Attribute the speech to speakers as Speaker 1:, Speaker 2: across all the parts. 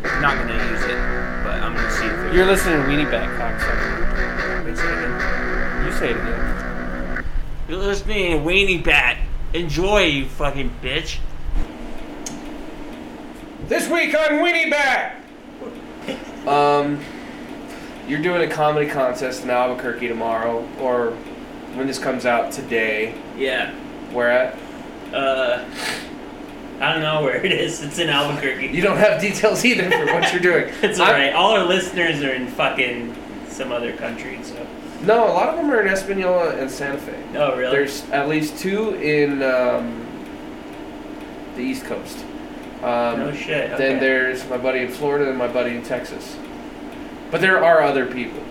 Speaker 1: not going to use it, but I'm going to see if there's-
Speaker 2: You're listening to Weenie Bat cocksucker.
Speaker 1: Wait a second.
Speaker 2: You say it again.
Speaker 1: You're listening to Weenie Bat. Enjoy, you fucking bitch.
Speaker 2: This week on Weenie Bat. um, you're doing a comedy contest in Albuquerque tomorrow, or when this comes out today.
Speaker 1: Yeah.
Speaker 2: Where at?
Speaker 1: Uh, I don't know where it is. It's in Albuquerque.
Speaker 2: You don't have details either for what you're doing.
Speaker 1: It's
Speaker 2: I'm-
Speaker 1: alright. All our listeners are in fucking some other country, so.
Speaker 2: No, a lot of them are in Espanola and Santa Fe.
Speaker 1: Oh, really?
Speaker 2: There's at least two in um, the East Coast. Um,
Speaker 1: no shit.
Speaker 2: Then
Speaker 1: okay.
Speaker 2: there's my buddy in Florida and my buddy in Texas. But there are other people.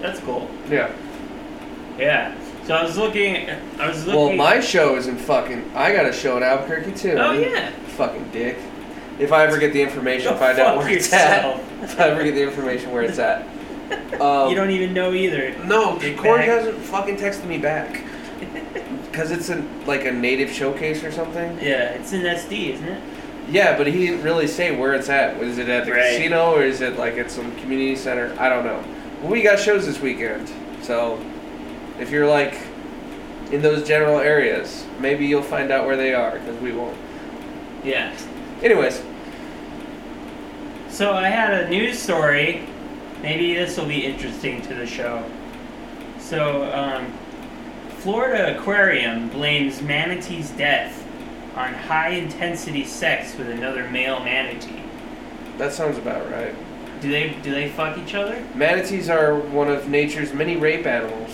Speaker 1: That's cool.
Speaker 2: Yeah.
Speaker 1: Yeah. So I was looking. I was looking.
Speaker 2: Well, my show is in fucking. I got a show in Albuquerque too.
Speaker 1: Oh
Speaker 2: you
Speaker 1: yeah.
Speaker 2: Fucking dick. If I ever get the information,
Speaker 1: Go
Speaker 2: find out
Speaker 1: fuck
Speaker 2: where it's
Speaker 1: yourself.
Speaker 2: at. If I ever get the information where it's at. Um,
Speaker 1: you don't even know either.
Speaker 2: No,
Speaker 1: Dick
Speaker 2: Corey
Speaker 1: bag.
Speaker 2: hasn't fucking texted me back. Because it's a, like a native showcase or something.
Speaker 1: Yeah, it's an SD, isn't it?
Speaker 2: Yeah, but he didn't really say where it's at. Was it at the
Speaker 1: Right.
Speaker 2: casino or is it like at some community center? I don't know. We got shows this weekend. So if you're like in those general areas, maybe you'll find out where they are because we won't.
Speaker 1: Yeah.
Speaker 2: Anyways,
Speaker 1: So I had a news story. Maybe this will be interesting to the show. So, um, Florida Aquarium blames manatee's death on high intensity sex with another male manatee.
Speaker 2: that sounds about right.
Speaker 1: Do they do they fuck each other?
Speaker 2: Manatees are one of nature's many rape animals.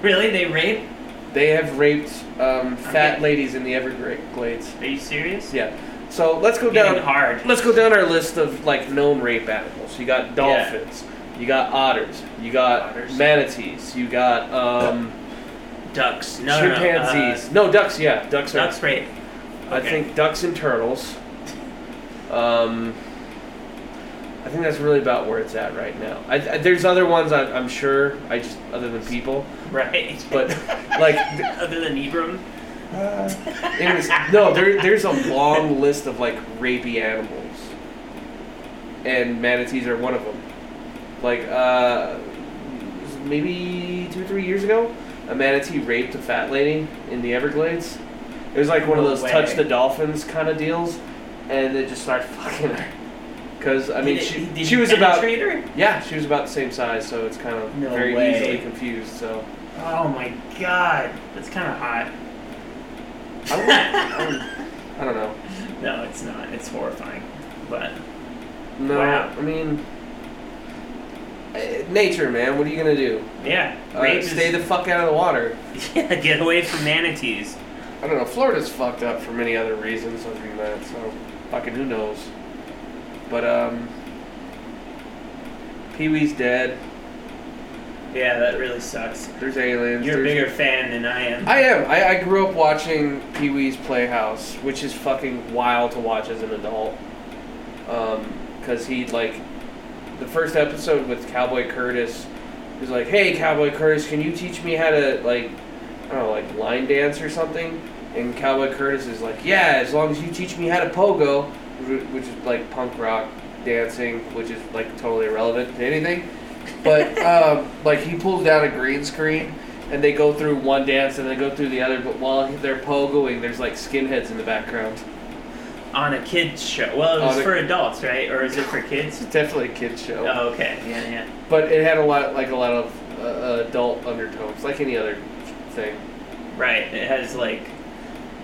Speaker 1: Really? They rape?
Speaker 2: They have raped um, fat
Speaker 1: Okay.
Speaker 2: ladies in the Everglades.
Speaker 1: Are you serious?
Speaker 2: Yeah. So let's go
Speaker 1: Getting
Speaker 2: down.
Speaker 1: hard.
Speaker 2: Let's go down our list of like known rape animals. You got dolphins. You got otters. You got
Speaker 1: Otters.
Speaker 2: manatees. You got um,
Speaker 1: Ducks. No, no, no,
Speaker 2: chimpanzees. No, ducks. Yeah, ducks.
Speaker 1: Uh,
Speaker 2: Are,
Speaker 1: ducks rape.
Speaker 2: I
Speaker 1: okay.
Speaker 2: think ducks and turtles. Um, I think that's really about where it's at right now. I, I, there's other ones I, I'm sure. I just other than people,
Speaker 1: Right.
Speaker 2: but like. th-
Speaker 1: Other than Ibram.
Speaker 2: Uh, anyways, no, there, there's a long list of like rapey animals, and manatees are one of them. Like, uh, maybe two or three years ago, a manatee raped a fat lady in the Everglades. It was like one of
Speaker 1: No
Speaker 2: those
Speaker 1: way.
Speaker 2: touch the dolphins kind of deals, and they just started fucking her. Cause I mean,
Speaker 1: Did it-
Speaker 2: she
Speaker 1: did
Speaker 2: she
Speaker 1: he
Speaker 2: was about
Speaker 1: penetrate her?
Speaker 2: yeah, she was about the same size, so it's kind of
Speaker 1: No
Speaker 2: very
Speaker 1: way.
Speaker 2: easily confused. So
Speaker 1: Oh my god, that's kind of hot.
Speaker 2: I don't, I don't, I don't know.
Speaker 1: No, it's not. It's horrifying. But
Speaker 2: No,
Speaker 1: Wow.
Speaker 2: I mean, eh, nature, man. What are you gonna do?
Speaker 1: yeah,
Speaker 2: Uh,
Speaker 1: rape
Speaker 2: stay
Speaker 1: is,
Speaker 2: the fuck out of the water.
Speaker 1: yeah, get away from manatees.
Speaker 2: I don't know. Florida's fucked up for many other reasons other than that. So, fucking who knows? But um, Pee Wee's dead.
Speaker 1: Yeah, that really sucks.
Speaker 2: There's aliens.
Speaker 1: You're a
Speaker 2: there's-
Speaker 1: bigger fan than I am.
Speaker 2: I am. I, I grew up watching Pee Wee's Playhouse, which is fucking wild to watch as an adult. Um, cause he like, the first episode with Cowboy Curtis, he was like, "Hey, Cowboy Curtis, can you teach me how to like, I don't know, like line dance or something?" And Cowboy Curtis is like, "Yeah, as long as you teach me how to pogo, wh- which is like punk rock dancing, which is like totally irrelevant to anything." But um, like he pulls down a green screen and they go through one dance and they go through the other. But while they're pogoing, there's like skinheads in the background.
Speaker 1: On a kids show. Well, it
Speaker 2: On
Speaker 1: was
Speaker 2: a-
Speaker 1: for adults, right? Or is it for kids?
Speaker 2: It's definitely a kids show,
Speaker 1: Oh, okay. Yeah, yeah.
Speaker 2: but it had a lot like a lot of uh, adult undertones, like any other thing.
Speaker 1: Right. It has like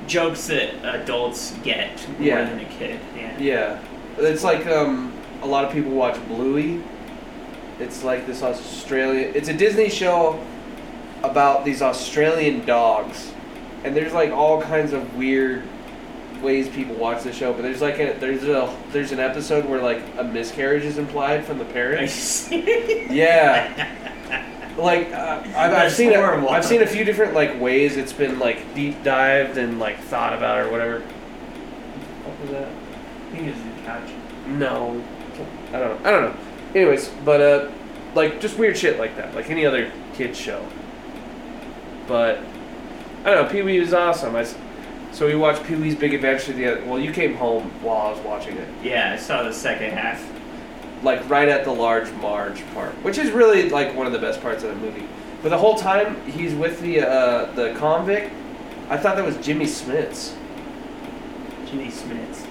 Speaker 1: jokes that adults get more
Speaker 2: Yeah.
Speaker 1: than a kid. Yeah.
Speaker 2: Yeah, it's like um, a lot of people watch Bluey. It's like this Australian. It's a Disney show about these Australian dogs, and there's like all kinds of weird ways people watch the show. But there's like a there's a there's an episode where like a miscarriage is implied from the
Speaker 1: Are you
Speaker 2: parents.
Speaker 1: serious?
Speaker 2: Yeah. Like uh, I've, I've
Speaker 1: That's
Speaker 2: seen a,
Speaker 1: horrible.
Speaker 2: I've seen a few different like ways it's been like deep dived and like thought about or whatever. What was that?
Speaker 1: I think it was the couch.
Speaker 2: No, I don't. I don't know. Anyways, but uh, like just weird shit like that, like any other kid show. But I don't know. Pee Wee was awesome. I s so we watched Pee Wee's Big Adventure the other. Well, you came home while I was watching it.
Speaker 1: Yeah, I saw the second half.
Speaker 2: like right at the large Marge part, which is really like one of the best parts of the movie. But the whole time he's with the uh, the convict, I thought that was Jimmy Smits.
Speaker 1: Jimmy Smits.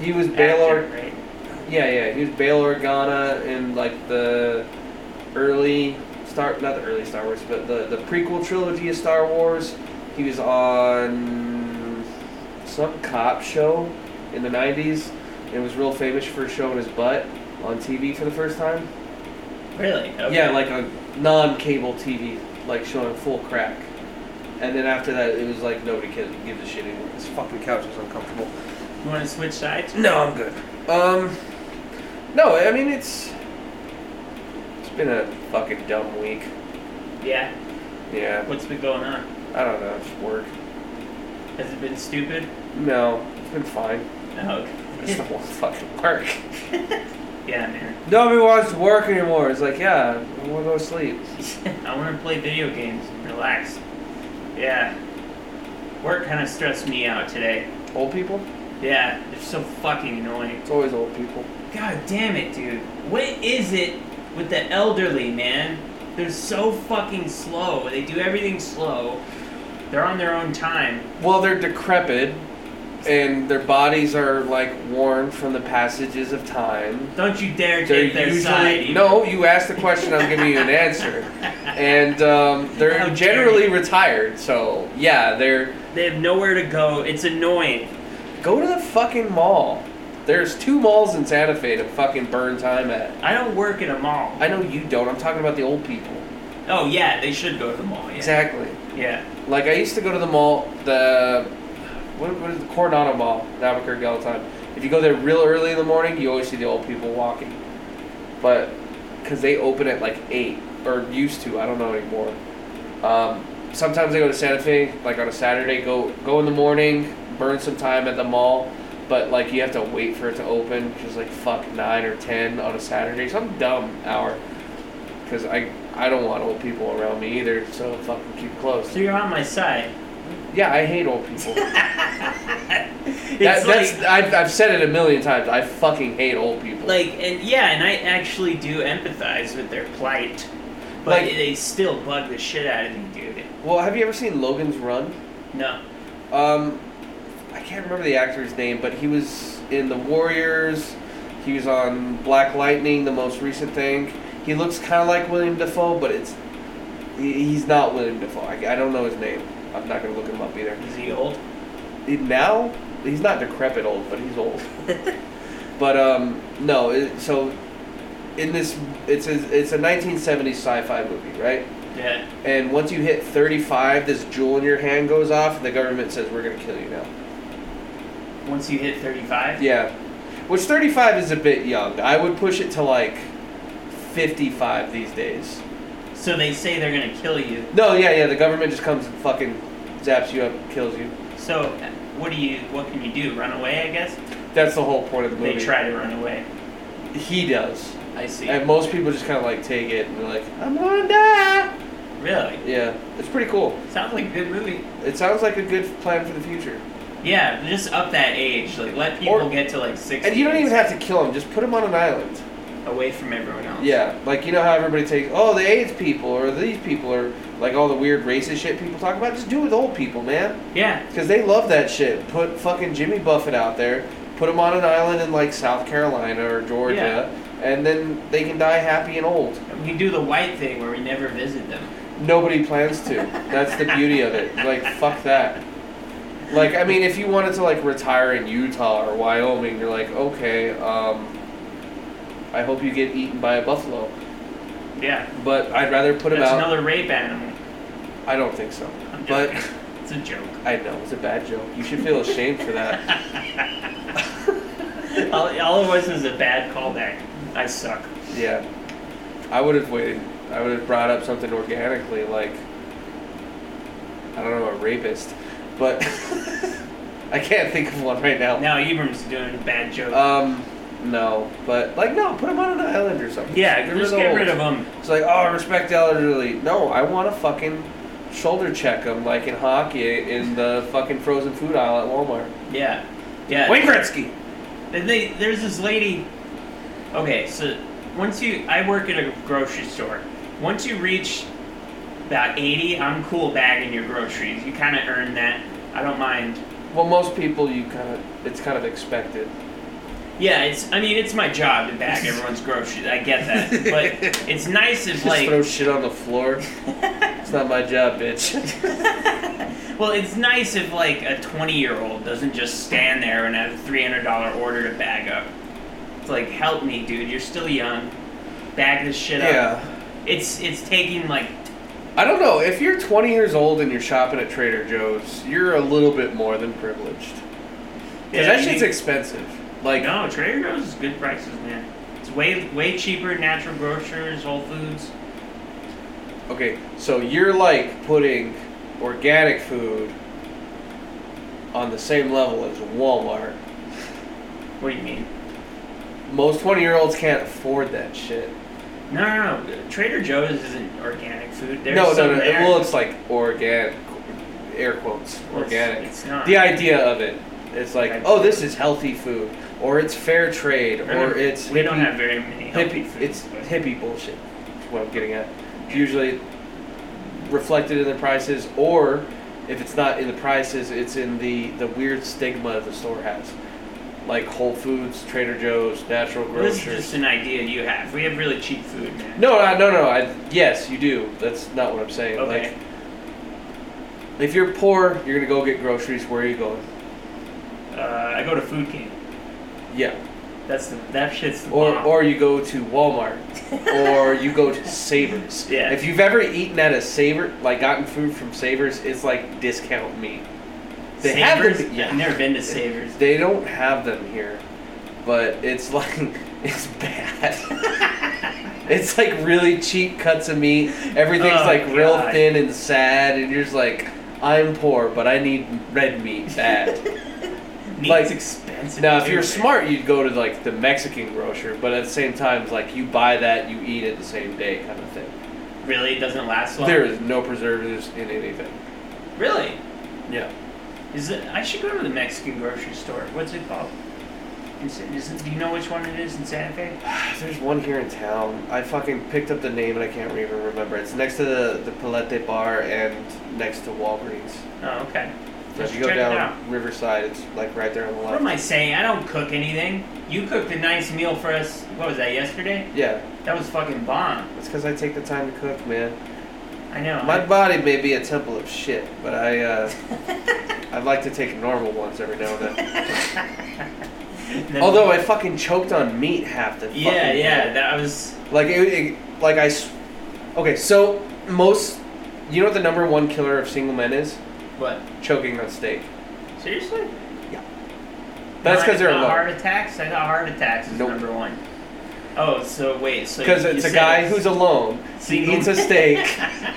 Speaker 2: He was
Speaker 1: Actor,
Speaker 2: Baylor.
Speaker 1: right?
Speaker 2: Yeah, yeah, he was Baylor Organa in like the early Star, not the early Star Wars, but the the prequel trilogy of Star Wars. He was on some cop show in the '90s and was real famous for showing his butt on TV for the first time.
Speaker 1: Really? Okay.
Speaker 2: Yeah, like a non-cable TV, like showing full crack. And then after that, it was like nobody can give a shit anymore. This fucking couch is uncomfortable.
Speaker 1: You want to switch sides?
Speaker 2: No, I'm good. Um, no, I mean it's it's been a fucking dumb week.
Speaker 1: Yeah.
Speaker 2: Yeah,
Speaker 1: What's been going on?
Speaker 2: I don't know, it's work.
Speaker 1: Has it been stupid?
Speaker 2: No, it's been fine.
Speaker 1: No.
Speaker 2: It's the whole fucking work.
Speaker 1: yeah, man.
Speaker 2: Nobody wants to work anymore. It's like, yeah, I want to go to sleep.
Speaker 1: I want to play video games and relax. Yeah. Work kind of stressed me out today.
Speaker 2: Old people?
Speaker 1: Yeah, they're so fucking annoying.
Speaker 2: It's always old people.
Speaker 1: God damn it, dude. What is it with the elderly, man? They're so fucking slow. They do everything slow. They're on their own time.
Speaker 2: Well, they're decrepit, and their bodies are like worn from the passages of time.
Speaker 1: Don't you dare
Speaker 2: They're
Speaker 1: take their
Speaker 2: usually
Speaker 1: side. either.
Speaker 2: no. You asked the question, I'm giving you an answer, and um, they're
Speaker 1: How dare
Speaker 2: generally retired. So yeah, they're
Speaker 1: They have nowhere to go. It's annoying.
Speaker 2: go to the fucking mall. There's two malls in Santa Fe to fucking burn time at.
Speaker 1: I don't work at a mall.
Speaker 2: I know you don't. I'm talking about the old people.
Speaker 1: Oh yeah, they should go to the mall. Yeah.
Speaker 2: Exactly.
Speaker 1: Yeah.
Speaker 2: Like I used to go to the mall, the what, what is the Coronado Mall, in Albuquerque all the time. If you go there real early in the morning, you always see the old people walking, but because they open at like eight or used to, I don't know anymore. Um, sometimes they go to Santa Fe, like on a Saturday, go go in the morning, burn some time at the mall, but like you have to wait for it to open, which is like fuck nine or ten on a Saturday, some dumb hour. Because I I don't want old people around me either, so fucking keep close.
Speaker 1: So you're on my side.
Speaker 2: Yeah, I hate old people. that,
Speaker 1: It's
Speaker 2: that's
Speaker 1: like,
Speaker 2: I've, I've said it a million times. I fucking hate old people.
Speaker 1: like, and yeah, and I actually do empathize with their plight, but
Speaker 2: Like-
Speaker 1: they still bug the shit out of me, dude.
Speaker 2: well, have you ever seen Logan's Run?
Speaker 1: No.
Speaker 2: Um, I can't remember the actor's name, but he was in The Warriors. He was on Black Lightning, the most recent thing. He looks kind of like William Defoe, but it's he- he's not William Defoe. I, I don't know his name. I'm not gonna look him up either.
Speaker 1: Is he old?
Speaker 2: He- now he's not decrepit old, but he's old. but um, no, it, so in this, it's a, it's a 1970s sci-fi movie, right?
Speaker 1: Yeah.
Speaker 2: And once you hit 35, this jewel in your hand goes off, and the government says we're gonna kill you now.
Speaker 1: Once you hit 35?
Speaker 2: Yeah, which 35 is a bit young. I would push it to like 55 these days.
Speaker 1: So they say they're gonna kill you.
Speaker 2: No, yeah, yeah. The government just comes and fucking zaps you up, and kills you.
Speaker 1: So what do you? What can you do? Run away? I guess.
Speaker 2: That's the whole point of the movie.
Speaker 1: They try to run away.
Speaker 2: He does,
Speaker 1: I see.
Speaker 2: and most people just kind of like take it and be like, "I'm gonna die."
Speaker 1: really?
Speaker 2: Yeah, it's pretty cool.
Speaker 1: Sounds like a good movie.
Speaker 2: It sounds like a good plan for the future.
Speaker 1: Yeah, just up that age. Like let people
Speaker 2: Or-
Speaker 1: get to like 60.
Speaker 2: And you don't even have to kill him; just put him on an island.
Speaker 1: away from everyone else.
Speaker 2: Yeah, like you know how everybody takes, oh, the AIDS people or these people or like all the weird racist shit people talk about. Just do it with old people, man,
Speaker 1: Yeah.
Speaker 2: because they love that shit. Put fucking Jimmy Buffett out there, put him on an island in like South Carolina or Georgia, and then they can die happy and old.
Speaker 1: We can do the white thing where we never visit them.
Speaker 2: Nobody plans to. That's the beauty of it. Like fuck that. Like I mean, if you wanted to like retire in Utah or Wyoming, you're like, okay, um, I hope you get eaten by a buffalo.
Speaker 1: Yeah.
Speaker 2: But I'd rather put him
Speaker 1: That's
Speaker 2: out.
Speaker 1: another rape animal.
Speaker 2: I don't think so.
Speaker 1: I'm
Speaker 2: But
Speaker 1: joking. It's a joke.
Speaker 2: I know it's a bad joke. You should feel ashamed for that.
Speaker 1: all, all it was was a bad callback. I suck.
Speaker 2: Yeah, I would have waited. I would have brought up something organically, like I don't know, a rapist. But I can't think of one right now.
Speaker 1: Now Ibram's doing a bad joke.
Speaker 2: Um, no, but like no, put him on an island or something.
Speaker 1: yeah, just
Speaker 2: the
Speaker 1: get
Speaker 2: old.
Speaker 1: rid of him.
Speaker 2: It's like oh, respect the elderly. No, I want to fucking shoulder check him like in hockey in the fucking frozen food aisle at Walmart.
Speaker 1: Yeah. Yeah.
Speaker 2: Wayne Gretzky.
Speaker 1: And they, there's this lady Okay, so once you, I work at a grocery store. Once you reach about 80, I'm cool bagging your groceries. You kind of earn that. I don't mind.
Speaker 2: Well, most people, you kind of, it's kind of expected.
Speaker 1: Yeah, it's. I mean, it's my job to bag everyone's groceries. I get that, but it's nice if
Speaker 2: Just
Speaker 1: like.
Speaker 2: throw shit on the floor. it's not my job, bitch.
Speaker 1: well, it's nice if like a 20-year-old doesn't just stand there and have a $300 order to bag up. It's like, help me, dude. You're still young. Bag this shit up.
Speaker 2: yeah.
Speaker 1: It's it's taking like.
Speaker 2: I don't know. If you're 20 years old and you're shopping at Trader Joe's, you're a little bit more than privileged. Because
Speaker 1: Yeah,
Speaker 2: that
Speaker 1: you
Speaker 2: shit's
Speaker 1: need-
Speaker 2: expensive. Like,
Speaker 1: No, Trader Joe's is good prices, man. It's way way cheaper. Natural grocers, Whole Foods.
Speaker 2: okay, so you're like putting organic food on the same level as Walmart.
Speaker 1: What do you mean?
Speaker 2: Most 20 year olds can't afford that shit.
Speaker 1: No, no, no. Trader Joe's isn't organic food. There's
Speaker 2: no,
Speaker 1: some
Speaker 2: no, no.
Speaker 1: There.
Speaker 2: Well, it's like organic, air quotes, organic.
Speaker 1: It's, it's not.
Speaker 2: the idea of it. It's like,
Speaker 1: Okay.
Speaker 2: oh, this is healthy food, or it's fair trade, or it's
Speaker 1: we don't
Speaker 2: hippie-
Speaker 1: have very many healthy
Speaker 2: hippie.
Speaker 1: foods.
Speaker 2: It's
Speaker 1: but-
Speaker 2: hippie bullshit. Is what I'm getting at. It's usually reflected in the prices, or if it's not in the prices, it's in the the weird stigma the store has, like Whole Foods, Trader Joe's, natural
Speaker 1: Well, this is
Speaker 2: grocers.
Speaker 1: just an idea you have. We have really cheap food, man.
Speaker 2: No, no, no, no. I, yes, you do. That's not what I'm saying.
Speaker 1: Okay.
Speaker 2: Like, if you're poor, you're gonna go get groceries. Where are you going?
Speaker 1: Uh, I go to Food King.
Speaker 2: Yeah.
Speaker 1: That's the, that shit's the
Speaker 2: Or,
Speaker 1: bomb.
Speaker 2: or you go to Walmart, or you go to Savers.
Speaker 1: Yeah.
Speaker 2: If you've ever eaten at a Saver, like gotten food from Savers, it's like discount meat. they have
Speaker 1: Savers.
Speaker 2: them- yeah.
Speaker 1: I've never been to Savers.
Speaker 2: They don't have them here, but it's like it's bad. it's like really cheap cuts of meat. Everything's
Speaker 1: Oh,
Speaker 2: like real
Speaker 1: God.
Speaker 2: thin and sad, and you're just like, I'm poor, but I need red meat bad.
Speaker 1: Meat's
Speaker 2: like-
Speaker 1: expensive.
Speaker 2: Now, if
Speaker 1: too,
Speaker 2: you're
Speaker 1: man.
Speaker 2: smart, you'd go to like the Mexican grocer, but at the same time, it's like you buy that, you eat it the same day, kind of thing.
Speaker 1: really, it doesn't last long.
Speaker 2: There is no preservatives in anything.
Speaker 1: Really,
Speaker 2: Yeah.
Speaker 1: is it? I should go to the Mexican grocery store. What's it called? In Sa- Is it, do you know which one it is in Santa Fe?
Speaker 2: There's one here in town. I fucking picked up the name and I can't even remember. It's next to the, the Palette Bar and next to Walgreens.
Speaker 1: Oh, okay.
Speaker 2: So
Speaker 1: Let's
Speaker 2: if you go
Speaker 1: check it out.
Speaker 2: down Riverside, it's like right there on the
Speaker 1: What am
Speaker 2: left.
Speaker 1: I saying? I don't cook anything. You cooked a nice meal for us. What was that yesterday?
Speaker 2: Yeah,
Speaker 1: That was fucking bomb.
Speaker 2: it's because I take the time to cook, man.
Speaker 1: I know.
Speaker 2: My body may be a temple of shit, but I uh, I'd like to take normal ones every now and then.
Speaker 1: Then-
Speaker 2: Although I fucking choked on meat half the fucking
Speaker 1: yeah, yeah,
Speaker 2: day.
Speaker 1: that was
Speaker 2: Like it, it, like I. s- Okay, so most, you know what the number one killer of single men is?
Speaker 1: what?
Speaker 2: Choking on steak.
Speaker 1: Seriously?
Speaker 2: That's
Speaker 1: Not-
Speaker 2: because they're
Speaker 1: not
Speaker 2: alone.
Speaker 1: heart attacks. I thought heart attacks is
Speaker 2: Nope.
Speaker 1: number one. Oh, so wait, so
Speaker 2: Because
Speaker 1: you-
Speaker 2: it's
Speaker 1: you
Speaker 2: a
Speaker 1: said
Speaker 2: guy
Speaker 1: it's-
Speaker 2: who's alone. He
Speaker 1: Single
Speaker 2: eats a steak,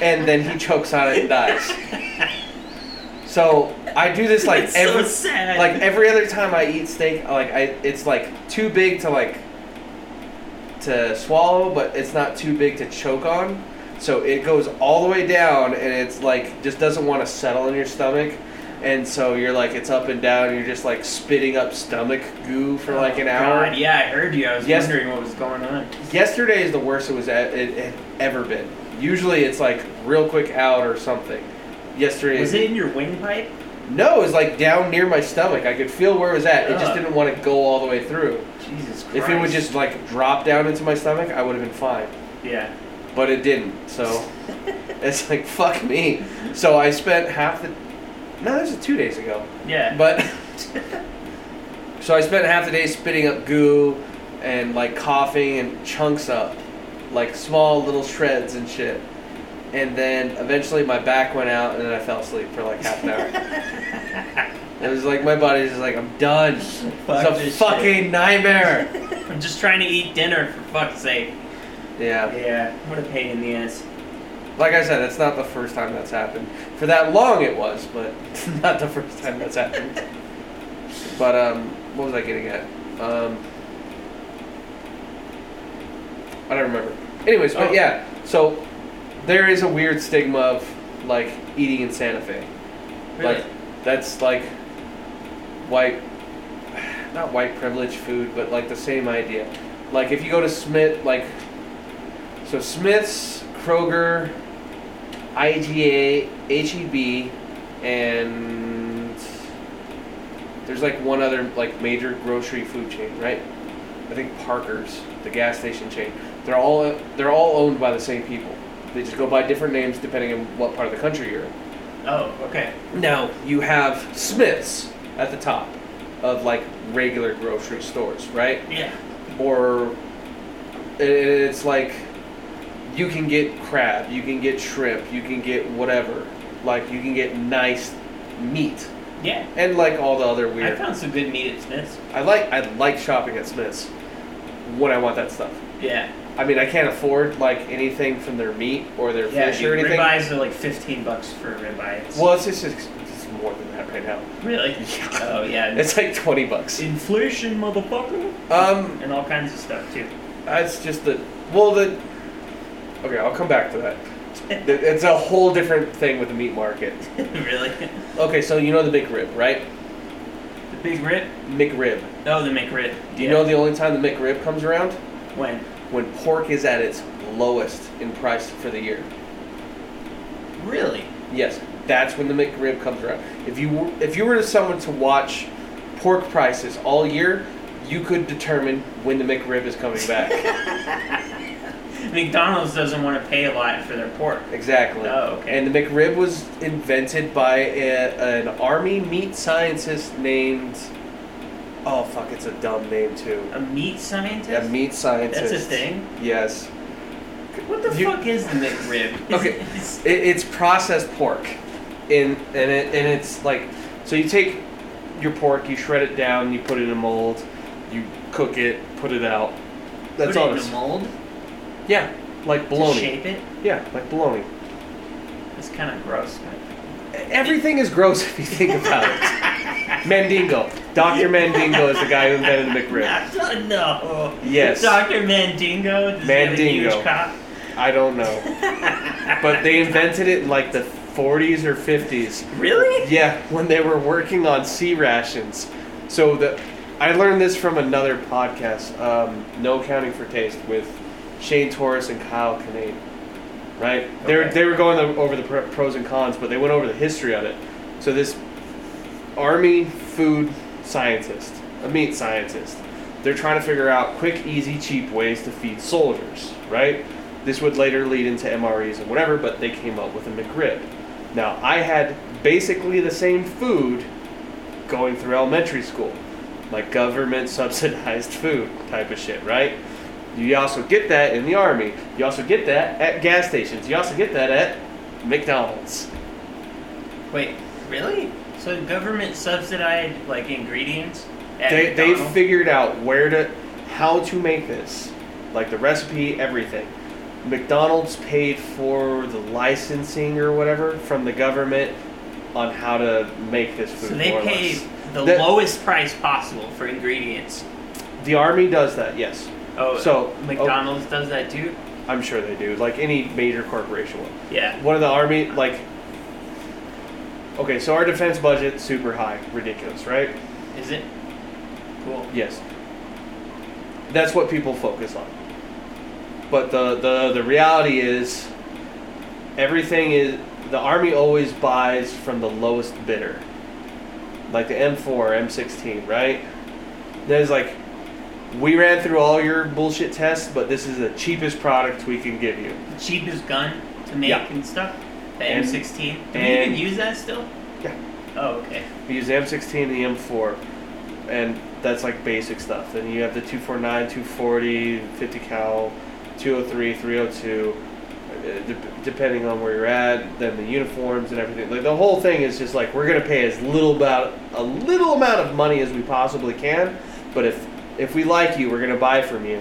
Speaker 2: and then he chokes on it and dies. So I do this like
Speaker 1: That's so
Speaker 2: every
Speaker 1: sad.
Speaker 2: like every other time I eat steak, like I it's like too big to like to swallow, but it's not too big to choke on. So it goes all the way down and it's like just doesn't want to settle in your stomach. And so you're like it's up and down, and you're just like spitting up stomach goo for like an
Speaker 1: Oh,
Speaker 2: hour.
Speaker 1: God, yeah, I heard you. I was
Speaker 2: Yes.
Speaker 1: wondering what was going on.
Speaker 2: Yesterday is the worst it was at, it had ever been. Usually it's like real quick out or something. Yesterday
Speaker 1: Was it in your windpipe?
Speaker 2: No, it was like down near my stomach. I could feel where it was at. It just
Speaker 1: Ugh.
Speaker 2: didn't want to go all the way through.
Speaker 1: Jesus Christ.
Speaker 2: If it would just like drop down into my stomach, I would have been fine.
Speaker 1: yeah.
Speaker 2: But it didn't. So it's like fuck me. So I spent half the No, this was 2 days ago.
Speaker 1: Yeah.
Speaker 2: But so I spent half the day spitting up goo and like coughing and chunks up, like small little shreds and shit. And then eventually my back went out and then I fell asleep for like half an hour. it was like my body's just like I'm done.
Speaker 1: Fuck
Speaker 2: it's a
Speaker 1: this
Speaker 2: fucking nightmare.
Speaker 1: I'm just trying to eat dinner for fuck's sake.
Speaker 2: yeah.
Speaker 1: Yeah. What a pain in the ass.
Speaker 2: Like I said, it's not the first time that's happened. For that long it was, but not the first time that's happened. but um what was I getting at? Um I don't remember. Anyways,
Speaker 1: Oh.
Speaker 2: but yeah. So there is a weird stigma of like eating in Santa Fe.
Speaker 1: Really?
Speaker 2: Like that's like white not white privilege food, but like the same idea. Like if you go to Smith, like so Smiths, Kroger, IGA, HEB, E and there's like one other like major grocery food chain, right? I think Parker's, the gas station chain. They're all they're all owned by the same people. They just go by different names depending on what part of the country you're in.
Speaker 1: Oh, okay.
Speaker 2: Now you have Smith's at the top of like regular grocery stores, right?
Speaker 1: Yeah.
Speaker 2: Or it- it's like you can get crab, you can get shrimp, you can get whatever. Like you can get nice meat
Speaker 1: Yeah.
Speaker 2: and like all the other
Speaker 1: I
Speaker 2: weird.
Speaker 1: found some good meat at Smith's.
Speaker 2: I like I like shopping at Smith's when I want that stuff.
Speaker 1: Yeah.
Speaker 2: I mean, I can't afford like anything from their meat or their
Speaker 1: Yeah.
Speaker 2: fish
Speaker 1: Dude,
Speaker 2: or anything.
Speaker 1: ribeyes are like fifteen bucks for a ribeye. It's
Speaker 2: Well, it's just it's, it's more than that right now.
Speaker 1: Really?
Speaker 2: Yeah.
Speaker 1: Oh yeah.
Speaker 2: It's like twenty bucks.
Speaker 1: Inflation, motherfucker.
Speaker 2: Um,
Speaker 1: And all kinds of stuff too.
Speaker 2: That's just the well the okay. I'll come back to that. It- It's a whole different thing with the meat market.
Speaker 1: really?
Speaker 2: Okay, so you know the McRib, right?
Speaker 1: The big rip?
Speaker 2: McRib.
Speaker 1: Oh, the McRib.
Speaker 2: Do you
Speaker 1: Yeah.
Speaker 2: know the only time the McRib comes around
Speaker 1: when?
Speaker 2: when pork is at its lowest in price for the year.
Speaker 1: Really?
Speaker 2: Yes, that's when the McRib comes around. If you were, if you were someone to watch pork prices all year, you could determine when the McRib is coming back.
Speaker 1: McDonald's doesn't want to pay a lot for their pork.
Speaker 2: exactly.
Speaker 1: Oh, okay.
Speaker 2: And the McRib was invented by a, an army meat scientist named. Oh fuck! It's a dumb name too.
Speaker 1: a meat scientist?
Speaker 2: A meat scientist.
Speaker 1: That's a thing.
Speaker 2: Yes.
Speaker 1: What the
Speaker 2: You-
Speaker 1: fuck is the McRib?
Speaker 2: Okay.
Speaker 1: Is-
Speaker 2: It, it's processed pork, in and it and it's like so you take your pork, you shred it down, you put it in a mold, you cook it, put it out. That's
Speaker 1: Put
Speaker 2: all.
Speaker 1: it in
Speaker 2: it's-
Speaker 1: a mold.
Speaker 2: yeah, like
Speaker 1: To
Speaker 2: bologna.
Speaker 1: shape it.
Speaker 2: Yeah, like bologna.
Speaker 1: It's kind of gross.
Speaker 2: Everything is gross if you think about it. Mandingo, Doctor Mandingo is the guy who invented the McRib.
Speaker 1: No, no.
Speaker 2: Yes.
Speaker 1: Dr. Mandingo. This Mandingo.
Speaker 2: Mandingo.
Speaker 1: Huge cop.
Speaker 2: I don't know, but they invented it in like the 40s or 50s.
Speaker 1: Really?
Speaker 2: Yeah, when they were working on sea rations. So the I learned this from another podcast, um, No Accounting for Taste, with Shane Torres and Kyle Kinane. Right? They were
Speaker 1: Okay.
Speaker 2: they were going the, over the pr- pros and cons, but they went over the history of it. So this army food scientist, a meat scientist, they're trying to figure out quick, easy, cheap ways to feed soldiers. Right? This would later lead into MREs and whatever, but they came up with a McRib. Now, I had basically the same food going through elementary school, like government subsidized food type of shit, right? You also get that in the army. You also get that at gas stations. You also get that at McDonald's.
Speaker 1: Wait, really? So government subsidized like ingredients? At
Speaker 2: They, they
Speaker 1: McDonald's?
Speaker 2: figured out where to, how to make this, like the recipe, everything. McDonald's paid for the licensing or whatever from the government on how to make this food.
Speaker 1: So they
Speaker 2: more or
Speaker 1: pay
Speaker 2: less.
Speaker 1: the
Speaker 2: That-
Speaker 1: lowest price possible for ingredients.
Speaker 2: The army does that, yes.
Speaker 1: Oh,
Speaker 2: So- oh.
Speaker 1: McDonald's does that too?
Speaker 2: I'm sure they do. Like any major corporation will.
Speaker 1: Yeah.
Speaker 2: One of the army, like. Okay, so our defense budget super high, ridiculous, right?
Speaker 1: Is it? Cool.
Speaker 2: Yes. That's what people focus on. But the the the reality is, everything is the army always buys from the lowest bidder, like the M4, M16, right? There's like, we ran through all your bullshit tests, but this is the cheapest product we can give you.
Speaker 1: The cheapest gun to make
Speaker 2: Yeah.
Speaker 1: and stuff? The
Speaker 2: And-
Speaker 1: M16? Do we
Speaker 2: and-
Speaker 1: even use that still?
Speaker 2: Yeah.
Speaker 1: Oh, okay.
Speaker 2: We use the M16 and the M4, and that's like basic stuff. Then you have the 249, 240, 50 cal, 203, 302, uh, de- depending on where you're at. Then the uniforms and everything. Like the whole thing is just like we're gonna pay as little about a little amount of money as we possibly can. But if if we like you, we're gonna buy from you.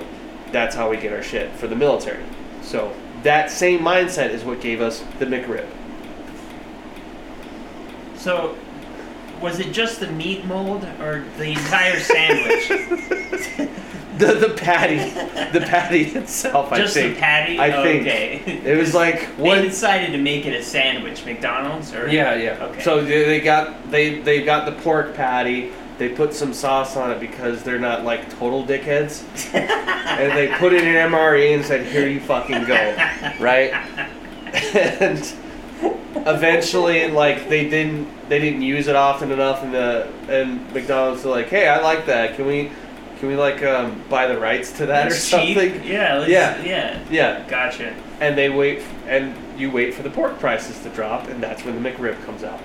Speaker 2: That's how we get our shit for the military. So that same mindset is what gave us the McRib.
Speaker 1: So, was it just the meat mold or the entire sandwich?
Speaker 2: The the patty, the patty itself. I
Speaker 1: just
Speaker 2: think.
Speaker 1: the patty?
Speaker 2: I think.
Speaker 1: Okay.
Speaker 2: It was like
Speaker 1: they
Speaker 2: one.
Speaker 1: decided to make it a sandwich, McDonald's? or
Speaker 2: Yeah, yeah.
Speaker 1: Okay.
Speaker 2: So they they got they they got the pork patty, They put some sauce on it because they're not like total dickheads, and they put it in MRE and said, "Here you fucking go," right? and eventually, like they didn't they didn't use it often enough, and the and McDonald's were like, "Hey, I like that. Can we can we like um, buy the rights to that
Speaker 1: It's
Speaker 2: or
Speaker 1: cheap.
Speaker 2: something?"
Speaker 1: Yeah, let's,
Speaker 2: Yeah.
Speaker 1: yeah.
Speaker 2: Yeah,
Speaker 1: Gotcha.
Speaker 2: and they wait and you wait for the pork prices to drop and that's when the mcrib comes out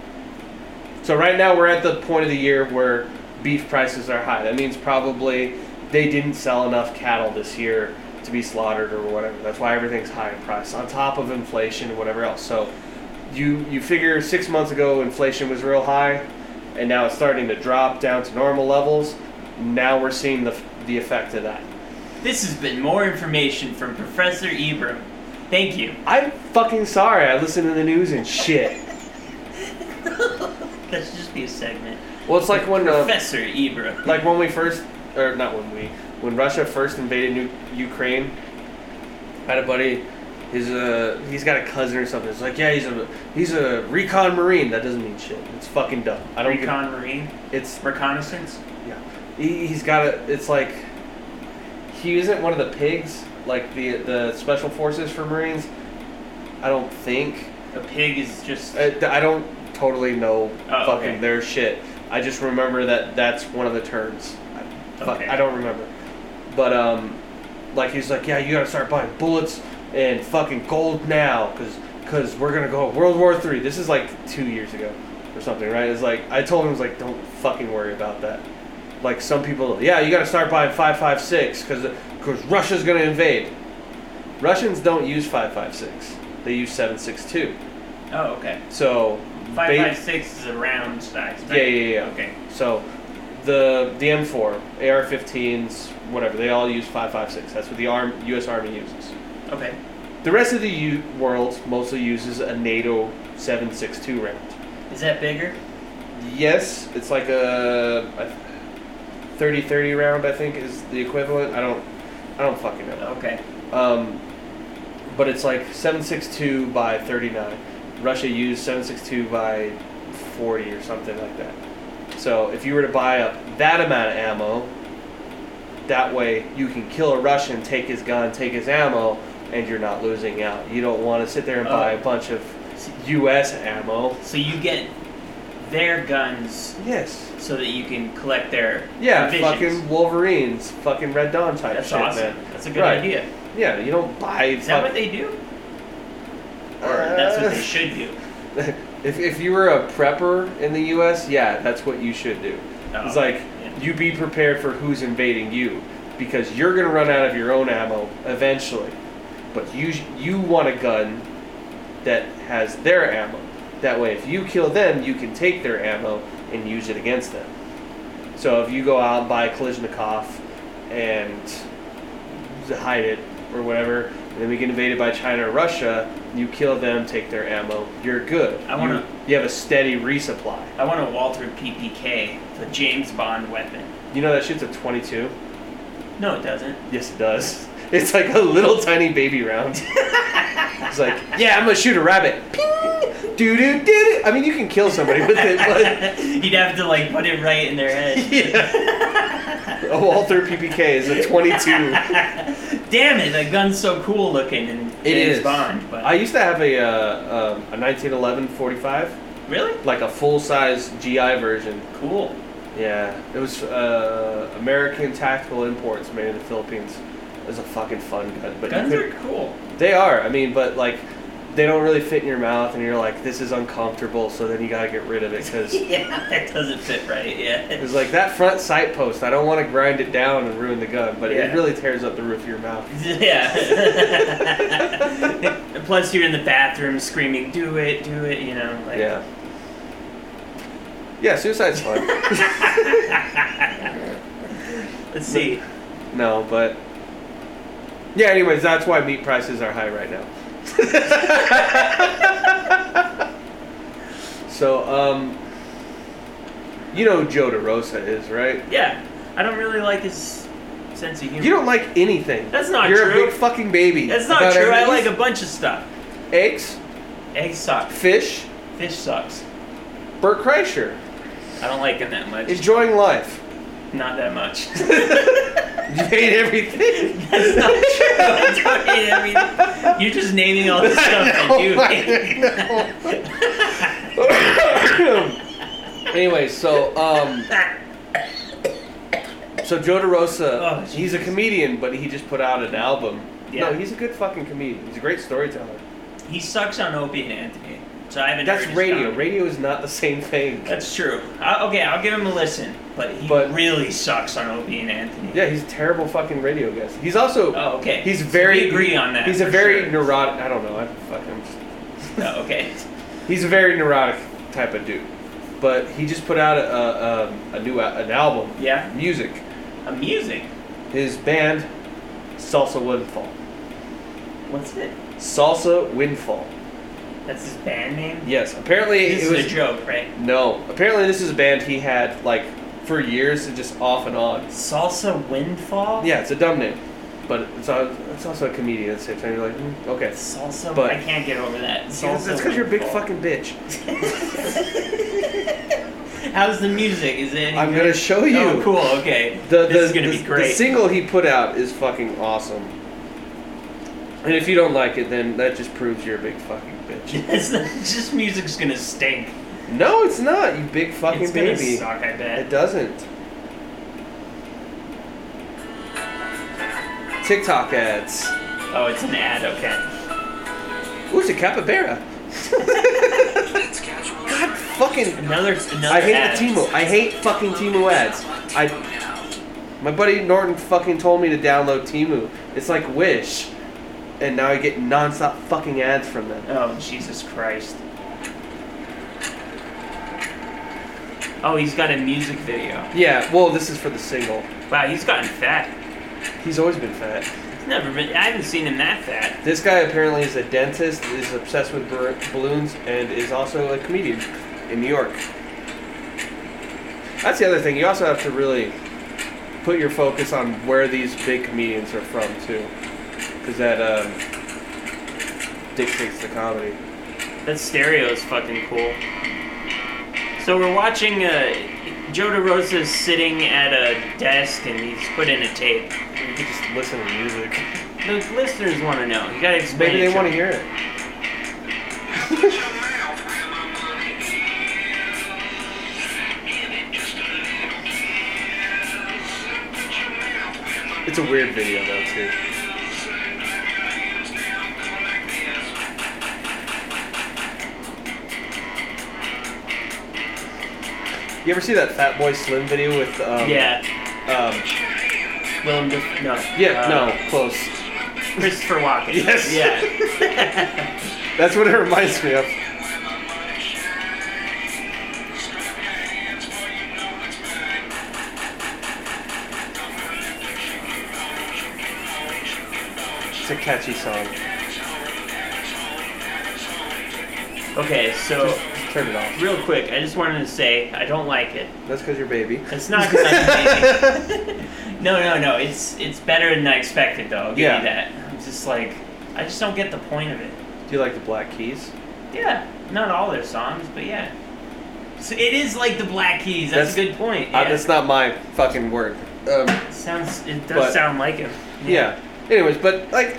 Speaker 2: so right now we're at the point of the year where beef prices are high that means probably they didn't sell enough cattle this year to be slaughtered or whatever that's why everything's high in price on top of inflation and whatever else so you you figure six months ago inflation was real high and now it's starting to drop down to normal levels now we're seeing the, the effect of that
Speaker 1: This has been more information from Professor Ibram. Thank you.
Speaker 2: i'm fucking sorry i listen to the news and shit
Speaker 1: Let's just be a segment.
Speaker 2: Well, it's like when, uh,
Speaker 1: Professor Ibram.
Speaker 2: like when we first, or not when we, when Russia first invaded New- Ukraine. I had a buddy, he's a, he's got a cousin or something. It's like, yeah, he's a, he's a recon marine. That doesn't mean shit. It's fucking dumb. I don't. give-
Speaker 1: Recon Marine.
Speaker 2: it's
Speaker 1: Reconnaissance.
Speaker 2: yeah. He, he's got a. It's like. He isn't one of the pigs, like the the special forces for Marines. I don't think.
Speaker 1: A pig is just.
Speaker 2: I, I don't totally know
Speaker 1: Oh,
Speaker 2: fucking
Speaker 1: okay.
Speaker 2: their shit. I just remember that that's one of the terms. I, fuck,
Speaker 1: Okay.
Speaker 2: I don't remember. But um, like he's like, yeah, you gotta start buying bullets and fucking gold now, cause cause we're gonna go World War Three. This is like two years ago or something, right? It's like I told him, I was like, don't fucking worry about that. Like some people, yeah, you gotta start buying five five six, cause cause Russia's gonna invade. Russians don't use five five six. They use seven six two.
Speaker 1: oh, okay.
Speaker 2: So
Speaker 1: Five
Speaker 2: ba-
Speaker 1: five six is a round size.
Speaker 2: Yeah, yeah, yeah, yeah.
Speaker 1: Okay.
Speaker 2: So the the M4, AR-15s, whatever, they all use 5.56. That's what the arm, U.S. Army uses.
Speaker 1: Okay.
Speaker 2: The rest of the U- world mostly uses a NATO 7.62 round.
Speaker 1: Is that bigger?
Speaker 2: Yes, it's like a, a 30-30 round. I think is the equivalent. I don't, I don't fucking know.
Speaker 1: Okay.
Speaker 2: Um, but it's like 762 by 39. Russia used 762 by 40 or something like that. So if you were to buy up that amount of ammo, that way you can kill a Russian, take his gun, take his ammo, and you're not losing out. You don't want to sit there and
Speaker 1: Uh,
Speaker 2: buy a bunch of U.S. ammo.
Speaker 1: So you get their guns
Speaker 2: Yes.
Speaker 1: so that you can collect their
Speaker 2: Yeah,
Speaker 1: provisions.
Speaker 2: fucking Wolverines, fucking Red Dawn type
Speaker 1: That's
Speaker 2: shit,
Speaker 1: awesome.
Speaker 2: man.
Speaker 1: That's a good
Speaker 2: Right.
Speaker 1: idea.
Speaker 2: Yeah, you don't buy.
Speaker 1: Is that what they do? Or that's what
Speaker 2: Uh,
Speaker 1: they should do.
Speaker 2: if, if you were a prepper in the U.S., yeah, that's what you should do.
Speaker 1: Oh,
Speaker 2: it's like
Speaker 1: yeah.
Speaker 2: you be prepared for who's invading you because you're gonna run out of your own ammo eventually. But you sh- you want a gun that has their ammo. That way, if you kill them, you can take their ammo and use it against them. So if you go out and buy a Kalashnikov and hide it or whatever, and then we get invaded by China or Russia, you kill them, take their ammo, you're good.
Speaker 1: I wanna-
Speaker 2: You, you have a steady resupply.
Speaker 1: I want a Walter PPK, the James Bond weapon.
Speaker 2: You know that shit's a 22.
Speaker 1: No, it doesn't.
Speaker 2: Yes, it does. It's like a little tiny baby round. it's like, yeah, I'm gonna shoot a rabbit. Ping! Doo doo doo doo. I mean, you can kill somebody with it, but
Speaker 1: You'd have to like put it right in their head.
Speaker 2: yeah. A Walther PPK is a 22.
Speaker 1: Damn it, that gun's so cool looking in James
Speaker 2: It is.
Speaker 1: Bond. But
Speaker 2: I used to have a uh, um, a 1911 45,
Speaker 1: really
Speaker 2: like a full size GI version.
Speaker 1: cool.
Speaker 2: Yeah, it was uh, American Tactical Imports made in the Philippines. It was a fucking fun gun, but you
Speaker 1: Guns
Speaker 2: couldn't-
Speaker 1: are cool.
Speaker 2: They are. I mean, but like, they don't really fit in your mouth, and you're like, this is uncomfortable. So then you gotta get rid of it because
Speaker 1: yeah, that doesn't fit right. Yeah.
Speaker 2: it's like that front sight post. I don't want to grind it down and ruin the gun, but
Speaker 1: Yeah.
Speaker 2: it really tears up the roof of your mouth.
Speaker 1: Yeah. Plus, you're in the bathroom screaming, "Do it, do it!" You know, like
Speaker 2: yeah. Yeah, suicide's fun.
Speaker 1: let's see.
Speaker 2: no, but yeah. Anyways, that's why meat prices are high right now. so, um, you know who Joe DeRosa is, right?
Speaker 1: Yeah, I don't really like his sense of humor.
Speaker 2: You don't like anything.
Speaker 1: That's not
Speaker 2: You're
Speaker 1: true.
Speaker 2: a big fucking baby.
Speaker 1: That's not
Speaker 2: about
Speaker 1: true. I like
Speaker 2: everything.
Speaker 1: a bunch of stuff.
Speaker 2: eggs,
Speaker 1: Eggs suck.
Speaker 2: fish,
Speaker 1: Fish sucks.
Speaker 2: Bert Kreischer.
Speaker 1: I don't like him that much.
Speaker 2: Enjoying life.
Speaker 1: not that much.
Speaker 2: You hate everything.
Speaker 1: That's not true. I don't hate everything. You're just naming all the stuff I, do hate.
Speaker 2: anyway, so um, so Joe DeRosa,
Speaker 1: Oh,
Speaker 2: he's a comedian, but he just put out an album. No,
Speaker 1: Yeah.
Speaker 2: he's a good fucking comedian. He's a great storyteller.
Speaker 1: He sucks on Opie and Anthony, so I haven't.
Speaker 2: That's
Speaker 1: heard his
Speaker 2: radio.
Speaker 1: comedy.
Speaker 2: Radio is not the same thing.
Speaker 1: That's true. I, okay, I'll give him a listen, but he
Speaker 2: But-
Speaker 1: really sucks on Opie and Anthony.
Speaker 2: Yeah, he's a terrible fucking radio guest. He's also
Speaker 1: Oh, okay.
Speaker 2: he's
Speaker 1: So
Speaker 2: very
Speaker 1: we agree on that.
Speaker 2: He's a
Speaker 1: for
Speaker 2: very
Speaker 1: sure.
Speaker 2: neurotic. I don't know. I fucking
Speaker 1: Oh, okay.
Speaker 2: he's a very neurotic type of dude. But he just put out a, a, a new a- an album,
Speaker 1: Yeah.
Speaker 2: music.
Speaker 1: A music.
Speaker 2: His band, Salsa Windfall.
Speaker 1: What's it?
Speaker 2: Salsa Windfall.
Speaker 1: That's his band name.
Speaker 2: Yes, apparently
Speaker 1: This
Speaker 2: it
Speaker 1: is
Speaker 2: was
Speaker 1: a joke, right?
Speaker 2: No, apparently this is a band he had like for years and just off and on.
Speaker 1: Salsa Windfall.
Speaker 2: Yeah, it's a dumb name, but it's, al- it's also a comedian at the same time. You're like, mm, okay,
Speaker 1: Salsa.
Speaker 2: But-
Speaker 1: I can't get over that. Salsa.
Speaker 2: that's because you're a big
Speaker 1: Windfall.
Speaker 2: fucking bitch.
Speaker 1: How's the music? Is it? any
Speaker 2: I'm
Speaker 1: good?
Speaker 2: gonna show you.
Speaker 1: Oh, cool. Okay.
Speaker 2: The, the,
Speaker 1: this is gonna
Speaker 2: the-
Speaker 1: be great.
Speaker 2: The single he put out is fucking awesome. And if you don't like it, then that just proves you're a big fucking bitch.
Speaker 1: It's not- just music's gonna stink.
Speaker 2: no, it's not. You big fucking
Speaker 1: it's gonna
Speaker 2: baby.
Speaker 1: suck. I
Speaker 2: It
Speaker 1: bet.
Speaker 2: doesn't. TikTok ads.
Speaker 1: Oh, it's an ad. Okay.
Speaker 2: Ooh, it's a capybara. God fucking.
Speaker 1: Another. another
Speaker 2: I hate
Speaker 1: ad.
Speaker 2: the Timo. I hate fucking Timo ads. I. My buddy Norton fucking told me to download Timu. It's like Wish, and now I get nonstop fucking ads from them.
Speaker 1: Oh, Jesus Christ. Oh, he's got a music video.
Speaker 2: Yeah. Well, this is for the single.
Speaker 1: Wow, he's gotten fat.
Speaker 2: He's always been fat.
Speaker 1: He's never been. I haven't seen him that fat.
Speaker 2: This guy apparently is a dentist, is obsessed with bar- balloons, and is also a comedian in New York. That's the other thing. You also have to really put your focus on where these big comedians are from too, because that um, dictates the comedy.
Speaker 1: That stereo is fucking cool. So we're watching. Uh, Joe DeRosa's sitting at a desk and he's put in a tape.
Speaker 2: You could just listen to music.
Speaker 1: The listeners want to know. You gotta explain. it
Speaker 2: Maybe they
Speaker 1: to
Speaker 2: want to
Speaker 1: them.
Speaker 2: hear it. It's a weird video though too. You ever see that Fat Boy Slim video with? Um,
Speaker 1: Yeah.
Speaker 2: Um,
Speaker 1: Willem Daf- No.
Speaker 2: yeah.
Speaker 1: Uh,
Speaker 2: no. Close.
Speaker 1: Christopher Walken.
Speaker 2: Yes.
Speaker 1: Yeah.
Speaker 2: That's what it reminds me of. It's a catchy song.
Speaker 1: okay, so
Speaker 2: Turn it off.
Speaker 1: real quick, I just wanted to say I don't like it.
Speaker 2: That's because you're baby.
Speaker 1: It's not because I'm amazing. no, no, no. It's it's better than I expected, though. I'll give
Speaker 2: Yeah.
Speaker 1: you that. I'm just like I just don't get the point of it.
Speaker 2: Do you like the Black Keys?
Speaker 1: Yeah, not all their songs, but yeah. So it is like the Black Keys. That's, a
Speaker 2: That's-
Speaker 1: good point.
Speaker 2: Uh,
Speaker 1: Yeah.
Speaker 2: that's not my fucking word. Um,
Speaker 1: Sounds. It does
Speaker 2: But-
Speaker 1: sound like him.
Speaker 2: yeah. Anyways, but like,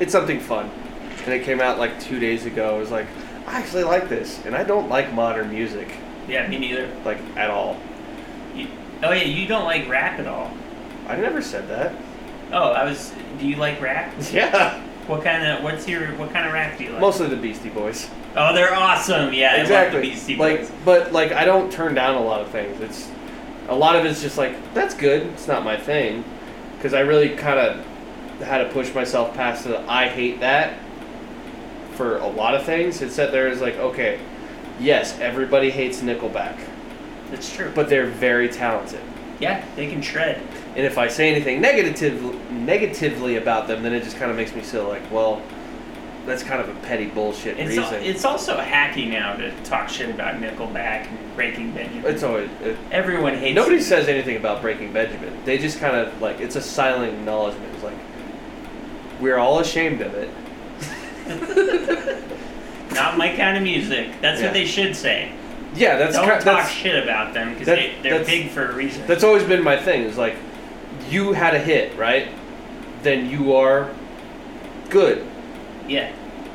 Speaker 2: it's something fun, and it came out like two days ago. It was like, I actually like this, and I don't like modern music
Speaker 1: Yeah. Me neither.
Speaker 2: like at all.
Speaker 1: You, oh yeah, you don't like rap at all.
Speaker 2: I never said that.
Speaker 1: Oh, I was. Do you like rap?
Speaker 2: Yeah.
Speaker 1: What kind of? What's your? What kind of rap do you like?
Speaker 2: Mostly the Beastie Boys.
Speaker 1: Oh, they're awesome. Yeah, I
Speaker 2: exactly.
Speaker 1: love the Beastie
Speaker 2: like,
Speaker 1: Boys.
Speaker 2: but like, I don't turn down a lot of things. It's a lot of it's just like that's good. It's not my thing, because I really kind of had to push myself past the I hate that for a lot of things. It's that there is like okay, yes, everybody hates Nickelback,
Speaker 1: That's true.
Speaker 2: but they're very talented.
Speaker 1: yeah, they can shred.
Speaker 2: And if I say anything negative negatively about them, then it just kind of makes me feel like well. That's kind of a petty bullshit
Speaker 1: It's,
Speaker 2: reason.
Speaker 1: al- it's also hacky now to talk shit about Nickelback and Breaking Benjamin.
Speaker 2: it's always it,
Speaker 1: Everyone hates.
Speaker 2: Nobody
Speaker 1: it.
Speaker 2: says anything about Breaking Benjamin. They just kind of like it's a silent acknowledgement. It's like we're all ashamed of it.
Speaker 1: Not my kind of music. That's
Speaker 2: Yeah.
Speaker 1: what they should say.
Speaker 2: Yeah, that's
Speaker 1: Don't
Speaker 2: ki-
Speaker 1: talk
Speaker 2: that's
Speaker 1: shit about them because
Speaker 2: that-
Speaker 1: they, they're
Speaker 2: that's-
Speaker 1: big for a reason.
Speaker 2: that's always been my thing. Is like, you had a hit, right? Then you are good,
Speaker 1: yeah,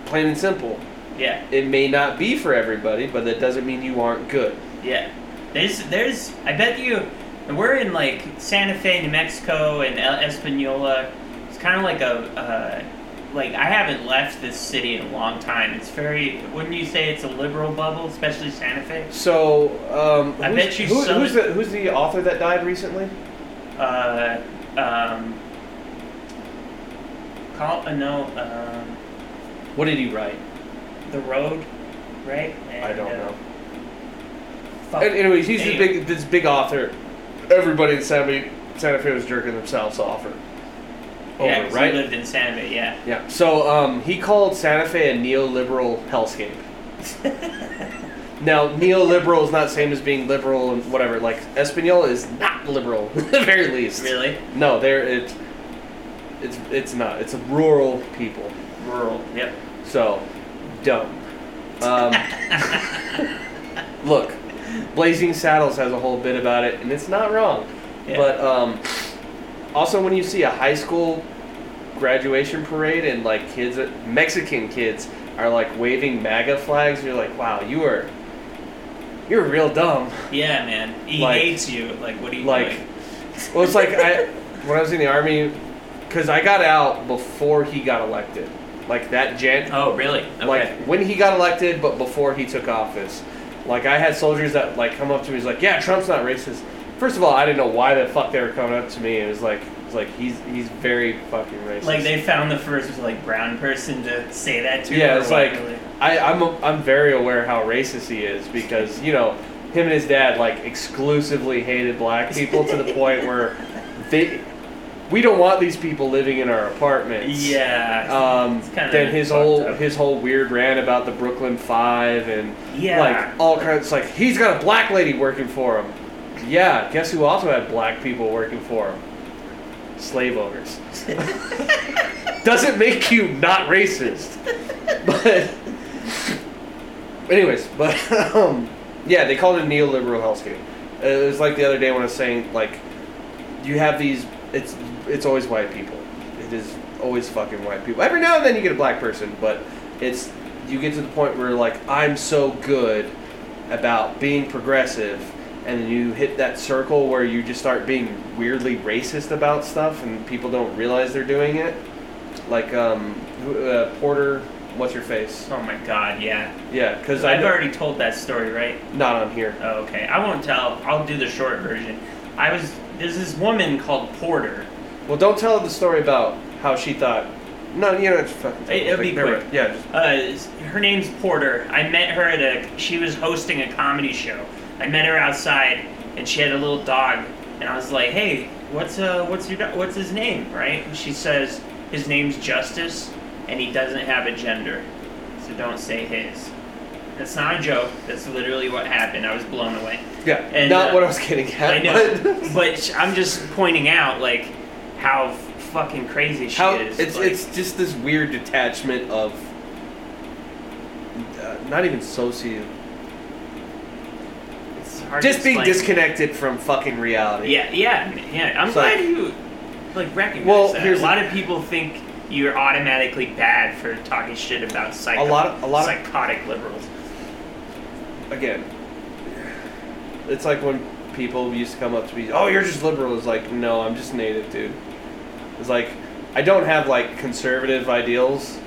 Speaker 2: plain and simple.
Speaker 1: yeah,
Speaker 2: It may not be for everybody, but that doesn't mean you aren't good.
Speaker 1: yeah. There's, there's. I bet you, we're in like Santa Fe, New Mexico, and El Española. It's kind of like a, uh, like I haven't left this city in a long time. It's very. Wouldn't you say it's a liberal bubble, especially Santa Fe?
Speaker 2: So, um,
Speaker 1: I
Speaker 2: who's,
Speaker 1: bet you
Speaker 2: who-
Speaker 1: some-
Speaker 2: who's the who's the author that died recently?
Speaker 1: Uh, um. Call uh, no. Um,
Speaker 2: What did he write?
Speaker 1: the road, right?
Speaker 2: I
Speaker 1: And,
Speaker 2: don't
Speaker 1: uh,
Speaker 2: know.
Speaker 1: Fuck.
Speaker 2: And anyways, he's
Speaker 1: Anyway.
Speaker 2: this big this big author. Everybody in Santa Fe, Santa Fe was jerking themselves off or over,
Speaker 1: yeah, 'cause
Speaker 2: right?
Speaker 1: He lived in Santa Fe. Yeah.
Speaker 2: Yeah. So um, he called Santa Fe a neoliberal hellscape. now, neoliberal is not same as being liberal and whatever. Like Espanola is not liberal, at the very least.
Speaker 1: Really?
Speaker 2: No, they're it's it's it's not. It's rural people.
Speaker 1: Rural. Yep.
Speaker 2: So dumb. Um, look, Blazing Saddles has a whole bit about it, and it's not wrong.
Speaker 1: Yeah.
Speaker 2: But um, also, when you see a high school graduation parade and like kids, Mexican kids are like waving MAGA flags, you're like, wow, you are, you're real dumb.
Speaker 1: Yeah, man. He
Speaker 2: Like-
Speaker 1: hates you. Like, what are you
Speaker 2: like-
Speaker 1: doing?
Speaker 2: Well, it's like I when I was in the army, because I got out before he got elected, like that Jan
Speaker 1: Oh, really? Okay.
Speaker 2: like when he got elected but before he took office like i had soldiers that like come up to me he's like yeah trump's not racist first of all i didn't know why the fuck they were coming up to me it was like it's like he's he's very fucking racist
Speaker 1: Like, they found the first like brown person to say that to.
Speaker 2: yeah
Speaker 1: or
Speaker 2: it's
Speaker 1: what,
Speaker 2: like
Speaker 1: really?
Speaker 2: I, i'm a, i'm very aware how racist he is because you know him and his dad like exclusively hated black people to the point where they we don't want these people living in our apartments
Speaker 1: Yeah.
Speaker 2: um,
Speaker 1: It's kinda
Speaker 2: then his
Speaker 1: fucked
Speaker 2: whole
Speaker 1: up.
Speaker 2: his whole weird rant about the Brooklyn Five and
Speaker 1: Yeah.
Speaker 2: like all kinds. It's like he's got a black lady working for him. Yeah, guess who also had black people working for him? Slave owners. Doesn't make you not racist, but anyways, but um, yeah, they called it neoliberal hellscape. It was like the other day when I was saying like, you have these. It's it's always white people. It is always fucking white people. Every now and then you get a black person, but it's you get to the point where like I'm so good about being progressive, and then you hit that circle where you just start being weirdly racist about stuff, and people don't realize they're doing it. Like um, who- uh, Porter, what's your face?
Speaker 1: oh my God. Yeah.
Speaker 2: Yeah, because I
Speaker 1: I've
Speaker 2: know-
Speaker 1: already told that story, right?
Speaker 2: not on here.
Speaker 1: Oh, okay. I won't tell. I'll do the short version. I was there's this woman called Porter.
Speaker 2: Well, don't tell the story about how she thought. No, you know it's fucking.
Speaker 1: It- it'll be
Speaker 2: never
Speaker 1: quick.
Speaker 2: mind. Yeah, just,
Speaker 1: Uh, her name's Porter. I met her at a. She was hosting a comedy show. I met her outside, and she had a little dog. And I was like, "Hey, what's uh, what's your do- what's his name?" Right? And she says his name's Justice, and he doesn't have a gender, so don't say his. That's not a joke. That's literally what happened. I was blown away.
Speaker 2: yeah.
Speaker 1: And,
Speaker 2: not
Speaker 1: uh,
Speaker 2: what I was getting at.
Speaker 1: I know,
Speaker 2: but-
Speaker 1: but sh- I'm just pointing out like how f- fucking crazy she
Speaker 2: how
Speaker 1: is.
Speaker 2: it's
Speaker 1: like-
Speaker 2: it's just this weird detachment of. Uh, not even socio.
Speaker 1: it's hard
Speaker 2: Just
Speaker 1: to
Speaker 2: being
Speaker 1: explain.
Speaker 2: disconnected from fucking reality.
Speaker 1: Yeah, yeah, yeah. I'm
Speaker 2: It's
Speaker 1: glad
Speaker 2: like-
Speaker 1: you like recognize
Speaker 2: Well,
Speaker 1: that.
Speaker 2: here's
Speaker 1: a
Speaker 2: the-
Speaker 1: lot of people think you're automatically bad for talking shit about psycho,
Speaker 2: A lot of- a lot of-
Speaker 1: psychotic liberals.
Speaker 2: Again, it's like when people used to come up to me, "Oh, you're just liberal." It's like, no, I'm just native, dude. It's like, I don't have like conservative ideals,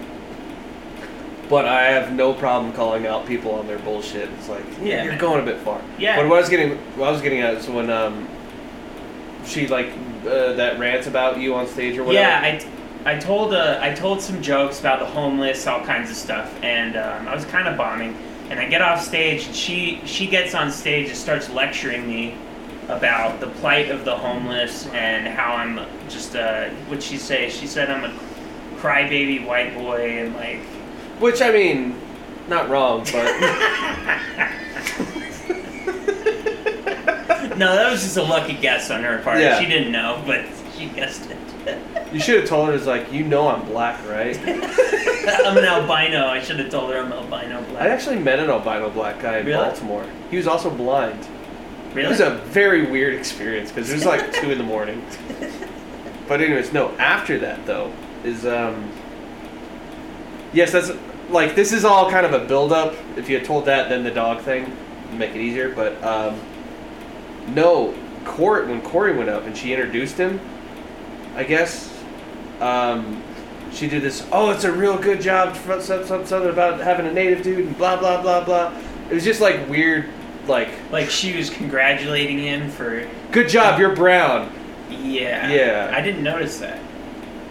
Speaker 2: but I have no problem calling out people on their bullshit. It's like,
Speaker 1: Yeah,
Speaker 2: you're
Speaker 1: man.
Speaker 2: going a bit far.
Speaker 1: Yeah.
Speaker 2: But what I was getting, what I was getting at is when um, she like uh, that rant about you on stage or whatever.
Speaker 1: Yeah, I, t- I told uh, I told some jokes about the homeless, all kinds of stuff, and um, I was kind of bombing. And I get off stage, and she she gets on stage and starts lecturing me about the plight of the homeless and how I'm just uh, what'd she say? She said I'm a crybaby white boy and like
Speaker 2: Which I mean, not wrong, but
Speaker 1: no, that was just a lucky guess on her part.
Speaker 2: Yeah.
Speaker 1: She didn't know, but she guessed it.
Speaker 2: you should have told her it's like, you know, I'm black, right?
Speaker 1: I'm an albino. I should have told her I'm albino
Speaker 2: I
Speaker 1: black.
Speaker 2: actually met an albino black guy in
Speaker 1: Really?
Speaker 2: Baltimore. He was also blind. It was
Speaker 1: Really?
Speaker 2: a very weird experience because it was like two in the morning. But anyways, no. After that though is um. Yes, that's like this is all kind of a build up. If you had told that, then the dog thing would make it easier. But um, no, Court when Corey went up and she introduced him, I guess. Um, she did this. Oh, it's a real good job. for- some- some- Something about having a native dude and blah blah blah blah. It was just like weird, like
Speaker 1: Like she was congratulating him for.
Speaker 2: good job, you're brown.
Speaker 1: Yeah.
Speaker 2: Yeah.
Speaker 1: I didn't notice that.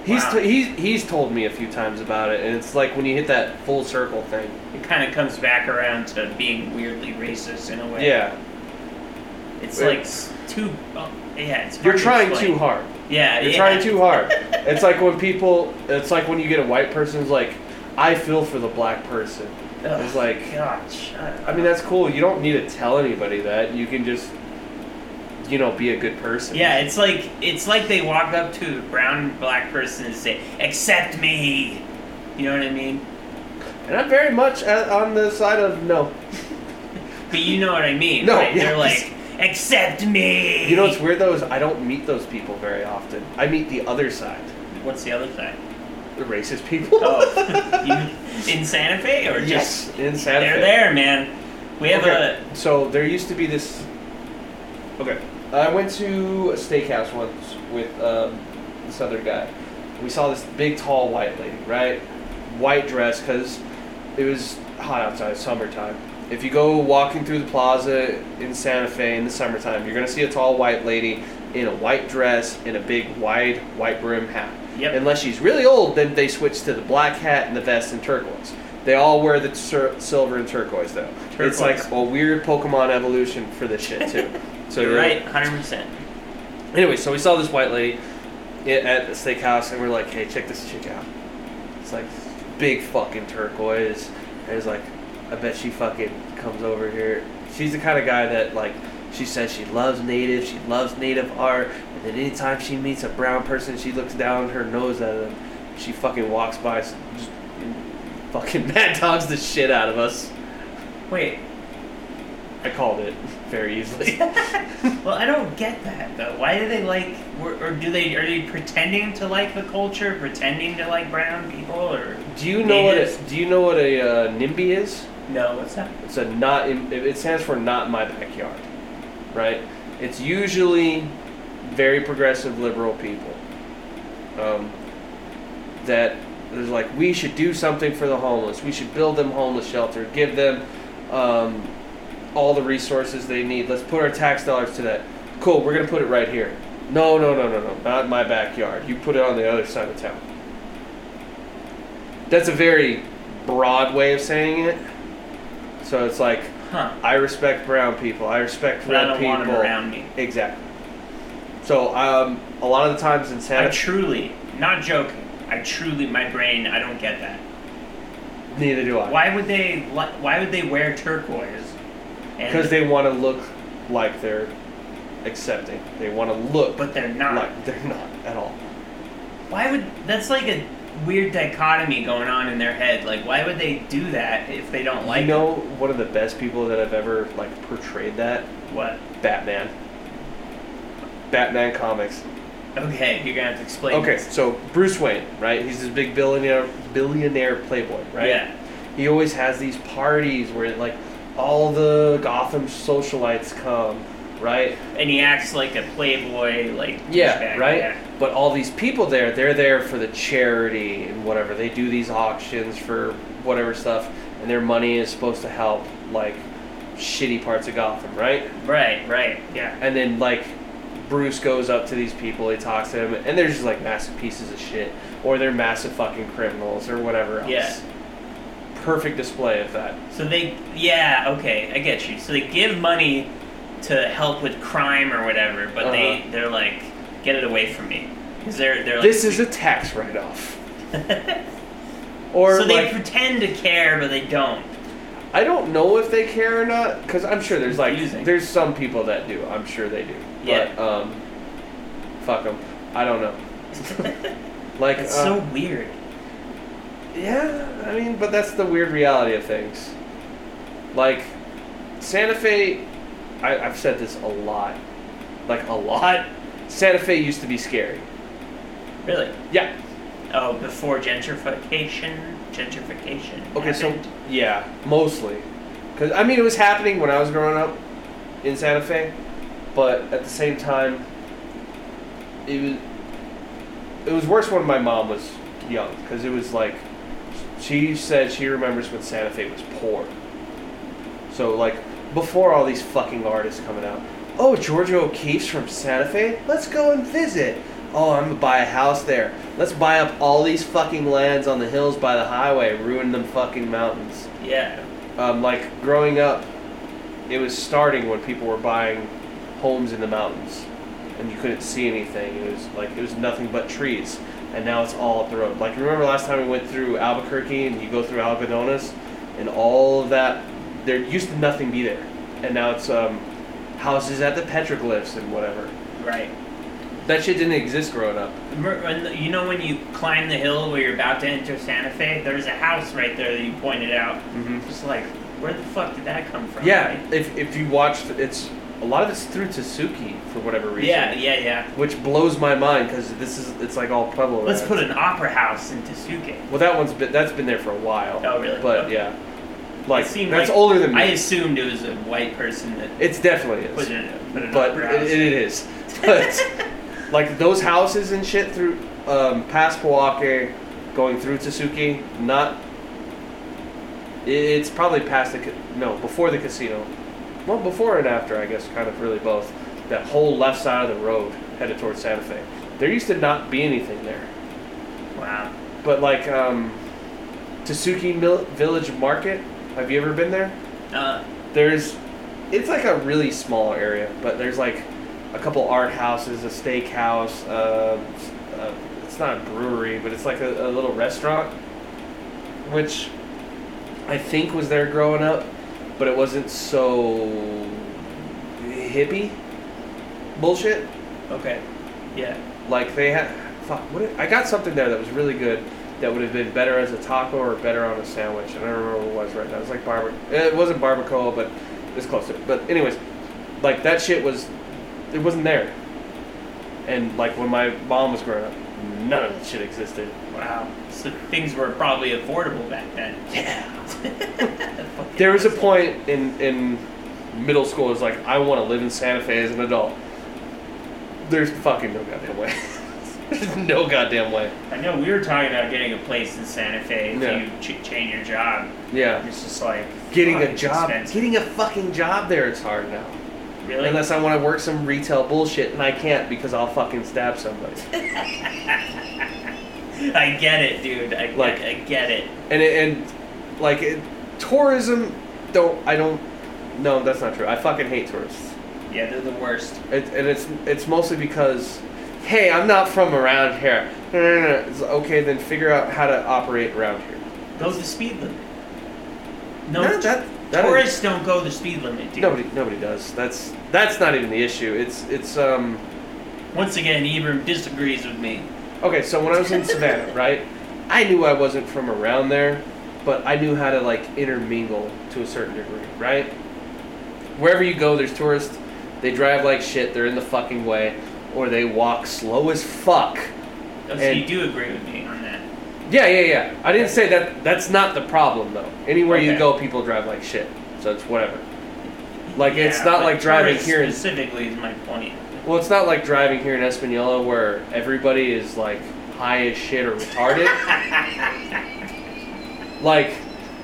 Speaker 2: He's,
Speaker 1: Wow.
Speaker 2: t- he's he's told me a few times about it, and it's like when you hit that full circle thing.
Speaker 1: It kind of comes back around to being weirdly racist in a way.
Speaker 2: Yeah,
Speaker 1: It's
Speaker 2: Wait.
Speaker 1: like s- too. Oh, yeah. It's. hard
Speaker 2: you're
Speaker 1: to
Speaker 2: trying
Speaker 1: explain.
Speaker 2: too hard.
Speaker 1: Yeah.
Speaker 2: You're
Speaker 1: yeah.
Speaker 2: trying too hard. It's like when people. It's like when you get a white person's like, I feel for the black person.
Speaker 1: Ugh,
Speaker 2: It's like-
Speaker 1: God, shut
Speaker 2: I mean that's cool. You don't need to tell anybody that. You can just, you know, be a good person.
Speaker 1: Yeah, it's like it's like they walk up to a brown and black person and say, "Accept me." You know what I mean?
Speaker 2: And I'm very much a- on the side of no.
Speaker 1: But you know what I mean,
Speaker 2: No,
Speaker 1: right? They're
Speaker 2: yes.
Speaker 1: like, "Accept me."
Speaker 2: You know what's weird though is I don't meet those people very often. I meet the other side,
Speaker 1: What's the other side?
Speaker 2: the racist people.
Speaker 1: Oh, you, in Santa Fe or just
Speaker 2: yes, in Santa
Speaker 1: they're
Speaker 2: Fe.
Speaker 1: there, man. We have
Speaker 2: Okay, So there used to be this. Okay. I went to a steakhouse once with um, this other guy. We saw this big, tall, white lady, right? White dress, because it was hot outside, summertime. If you go walking through the plaza in Santa Fe in the summertime, you're going to see a tall, white lady in a white dress and a big, wide, white brim hat.
Speaker 1: a yep.
Speaker 2: Unless she's really old, then they switch to the black hat and the vest and turquoise. They all wear the sur- silver and turquoise though. It's
Speaker 1: Turquoise.
Speaker 2: like a weird Pokemon evolution for this shit too. So
Speaker 1: You're
Speaker 2: they-
Speaker 1: right, hundred percent.
Speaker 2: Anyway, so we saw this white lady i- at the steakhouse, and we're like, "Hey, check this chick out." It's like big fucking turquoise. And it's like, I bet she fucking comes over here. She's the kind of guy that like she says she loves native, she loves native art, and then anytime she meets a brown person, she looks down her nose at them. She fucking walks by, s- just fucking mad dogs the shit out of us.
Speaker 1: Wait,
Speaker 2: I called it very easily.
Speaker 1: well, I don't get that though. Why do they like, or, or do they are they pretending to like the culture, pretending to like brown people, or
Speaker 2: Do you know what
Speaker 1: Natives.
Speaker 2: a, do you know what a uh, NIMBY is?
Speaker 1: no? What's that?
Speaker 2: It's a not. In, it it stands for not in my backyard, right? It's usually very progressive liberal people um, that there's like we should do something for the homeless. We should build them homeless shelter. Give them um, all the resources they need. Let's put our tax dollars to that. Cool. We're gonna put it right here. No, no, no, no, no. Not in my backyard. You put it on the other side of town. That's a very broad way of saying it. So it's like
Speaker 1: Huh?
Speaker 2: I respect brown people. I respect
Speaker 1: But I
Speaker 2: red
Speaker 1: don't
Speaker 2: people.
Speaker 1: want them around me.
Speaker 2: Exactly. So um, a lot of the times in
Speaker 1: I
Speaker 2: Santa,
Speaker 1: truly, not joking. I truly, my brain, I don't get that.
Speaker 2: neither do I,
Speaker 1: Why would they? li- Why would they wear turquoise? And-
Speaker 2: because they want to look like they're accepting. They want to look
Speaker 1: but they're not.
Speaker 2: like they're not at all.
Speaker 1: Why would that's like a weird dichotomy going on in their head? Like, why would they do that if they don't like
Speaker 2: you know, one of the best people that I've ever like portrayed that
Speaker 1: what?
Speaker 2: Batman. Batman comics.
Speaker 1: Okay, you're gonna have to explain.
Speaker 2: Okay,
Speaker 1: this.
Speaker 2: so Bruce Wayne, right? He's this big billionaire, billionaire playboy, right?
Speaker 1: Yeah.
Speaker 2: he always has these parties where like all the Gotham socialites come, right?
Speaker 1: And he acts like a playboy, like douchebag,
Speaker 2: right.
Speaker 1: yeah.
Speaker 2: But all these people there, they're there for the charity and whatever. They do these auctions for whatever stuff, and their money is supposed to help like shitty parts of Gotham, right?
Speaker 1: Right, right, yeah.
Speaker 2: And then like Bruce goes up to these people, he talks to them, and they're just like massive pieces of shit, or they're massive fucking criminals, or whatever else.
Speaker 1: Yeah.
Speaker 2: Perfect display of that.
Speaker 1: So they, yeah, okay, I get you. So they give money to help with crime or whatever, but they
Speaker 2: Uh-huh.
Speaker 1: they're like, get it away from me, because they're they're like.
Speaker 2: This is a tax write-off. or
Speaker 1: so they
Speaker 2: like,
Speaker 1: pretend to care, but they don't.
Speaker 2: I don't know if they care or not, because I'm sure there's like
Speaker 1: Confusing.
Speaker 2: there's some people that do. I'm sure they do.
Speaker 1: Yeah.
Speaker 2: But um, fuck them. I don't know. Like
Speaker 1: It's
Speaker 2: uh,
Speaker 1: so weird.
Speaker 2: Yeah, I mean, but that's the weird reality of things. Like, Santa Fe, I, I've said this a lot. Like, a lot. Santa Fe used to be scary.
Speaker 1: Really?
Speaker 2: Yeah.
Speaker 1: Oh, before gentrification. Gentrification.
Speaker 2: Okay, so,
Speaker 1: happened.
Speaker 2: yeah, mostly. Because, I mean, it was happening when I was growing up in Santa Fe, but at the same time, it was, it was worse when my mom was young, because it was like, she said she remembers when Santa Fe was poor. So, like, before all these fucking artists coming out, oh, Georgia O'Keeffe's from Santa Fe? Let's go and visit. Oh, I'm gonna buy a house there. Let's buy up all these fucking lands on the hills by the highway, ruin them fucking mountains.
Speaker 1: yeah.
Speaker 2: Um, like, growing up, it was starting when people were buying homes in the mountains and you couldn't see anything. It was like, it was nothing but trees. And now it's all up the road. Like, remember last time we went through Albuquerque and you go through Algodones and all of that? There used to nothing be there. And now it's um, houses at the petroglyphs and whatever.
Speaker 1: Right.
Speaker 2: That shit didn't exist growing up.
Speaker 1: Mer- when- You know when you climb the hill where you're about to enter Santa Fe, there's a house right there that you pointed out.
Speaker 2: Mm-hmm.
Speaker 1: Just like, where the fuck did that come from?
Speaker 2: Yeah,
Speaker 1: right?
Speaker 2: if, if you watched, it's a lot of it's through Tsuki for whatever reason.
Speaker 1: Yeah, yeah, yeah.
Speaker 2: Which blows my mind because this is it's like all Pueblo.
Speaker 1: Let's
Speaker 2: ads.
Speaker 1: put an opera house in Tsuke.
Speaker 2: Well, that one's been that's been there for a while.
Speaker 1: Oh, really?
Speaker 2: But
Speaker 1: Okay.
Speaker 2: yeah, like
Speaker 1: It seemed
Speaker 2: that's
Speaker 1: like-
Speaker 2: older than me.
Speaker 1: I assumed it was a white person that
Speaker 2: it's definitely is.
Speaker 1: put it put an
Speaker 2: but
Speaker 1: opera
Speaker 2: it,
Speaker 1: house.
Speaker 2: it is. But like those houses and shit through um, past Pawake, going through Tsuki, not. it- It's probably past the ca- no before the casino, well before and after I guess kind of really both. That whole left side of the road headed towards Santa Fe. There used to not be anything there,
Speaker 1: wow.
Speaker 2: but like um, Tsuki Mil- Village Market. Have you ever been there?
Speaker 1: Uh,
Speaker 2: there's it's like a really small area but there's like a couple art houses a steakhouse uh, uh, it's not a brewery but it's like a, a little restaurant which i think was there growing up but it wasn't so hippie bullshit
Speaker 1: okay. Yeah.
Speaker 2: like they had fuck what did- i got something there that was really good that would have been better as a taco or better on a sandwich i don't remember what it was right now it was like barbe it wasn't barbacoa but it's close to it but anyways like that shit was it wasn't there and like when my mom was growing up none of that shit existed
Speaker 1: Wow. So things were probably affordable back then. Yeah.
Speaker 2: there was a point in in middle school it was like i want to live in santa fe as an adult there's fucking no goddamn way there's no goddamn way
Speaker 1: I know we were talking about getting a place in Santa Fe if
Speaker 2: Yeah.
Speaker 1: you ch- change your job.
Speaker 2: yeah
Speaker 1: It's just like
Speaker 2: Getting
Speaker 1: fuck,
Speaker 2: a
Speaker 1: it's
Speaker 2: job,
Speaker 1: expensive.
Speaker 2: getting a fucking job there, it's hard now.
Speaker 1: Really?
Speaker 2: Unless I want to work some retail bullshit, and I can't because I'll fucking stab somebody.
Speaker 1: I get it, dude. I,
Speaker 2: Like-
Speaker 1: I, I get it.
Speaker 2: and it, and like it, tourism, don't I don't. No, that's not true. I fucking hate tourists.
Speaker 1: Yeah, they're the worst.
Speaker 2: It, and it's it's mostly because, hey, I'm not from around here. No, no, no. It's like, okay, then figure out how to operate around here.
Speaker 1: Goes the speed limit. No,
Speaker 2: No, that that is-
Speaker 1: tourists don't go the speed limit, dude.
Speaker 2: nobody nobody does. That's that's not even the issue. It's it's um.
Speaker 1: Once again, Ibram disagrees with me.
Speaker 2: Okay, so when I was in Savannah, right, I knew I wasn't from around there, but I knew how to like intermingle to a certain degree, right? Wherever you go, there's tourists. They drive like shit. They're in the fucking way, or they walk slow as fuck.
Speaker 1: Oh, so
Speaker 2: And-
Speaker 1: you do agree with me on that.
Speaker 2: Yeah, yeah, yeah. I didn't say that. That's not the problem though. Anywhere you
Speaker 1: Okay.
Speaker 2: go, people drive like shit. So it's whatever. Like, it's
Speaker 1: Yeah,
Speaker 2: not
Speaker 1: but
Speaker 2: like driving
Speaker 1: tourists
Speaker 2: here in-
Speaker 1: Specifically, is my point.
Speaker 2: Well, it's not like driving here in Espanola where everybody is like high as shit or retarded. like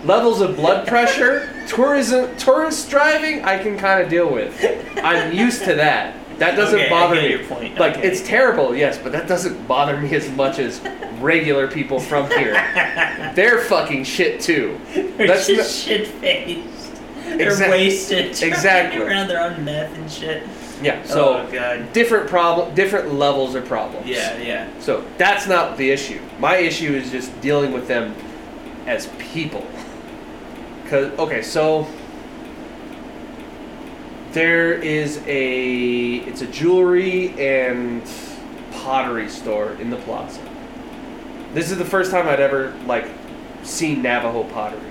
Speaker 2: levels of blood pressure, tourism, tourist driving, I can kind of deal with. I'm used to that. That doesn't
Speaker 1: Okay, I
Speaker 2: bother
Speaker 1: get
Speaker 2: me.
Speaker 1: your point.
Speaker 2: Like
Speaker 1: Okay.
Speaker 2: it's terrible, yes, but that doesn't bother me as much as regular people from here. They're fucking shit too.
Speaker 1: They're
Speaker 2: That's
Speaker 1: just shit faced. They're
Speaker 2: Exact-
Speaker 1: wasted. driving
Speaker 2: exactly.
Speaker 1: Around their own meth and shit.
Speaker 2: Yeah. So
Speaker 1: oh god.
Speaker 2: different problem, different levels of problems.
Speaker 1: Yeah, yeah.
Speaker 2: So that's not the issue. My issue is just dealing with them as people. Cause okay, so there is a it's a jewelry and pottery store in the plaza. This is the first time I'd ever like see Navajo pottery,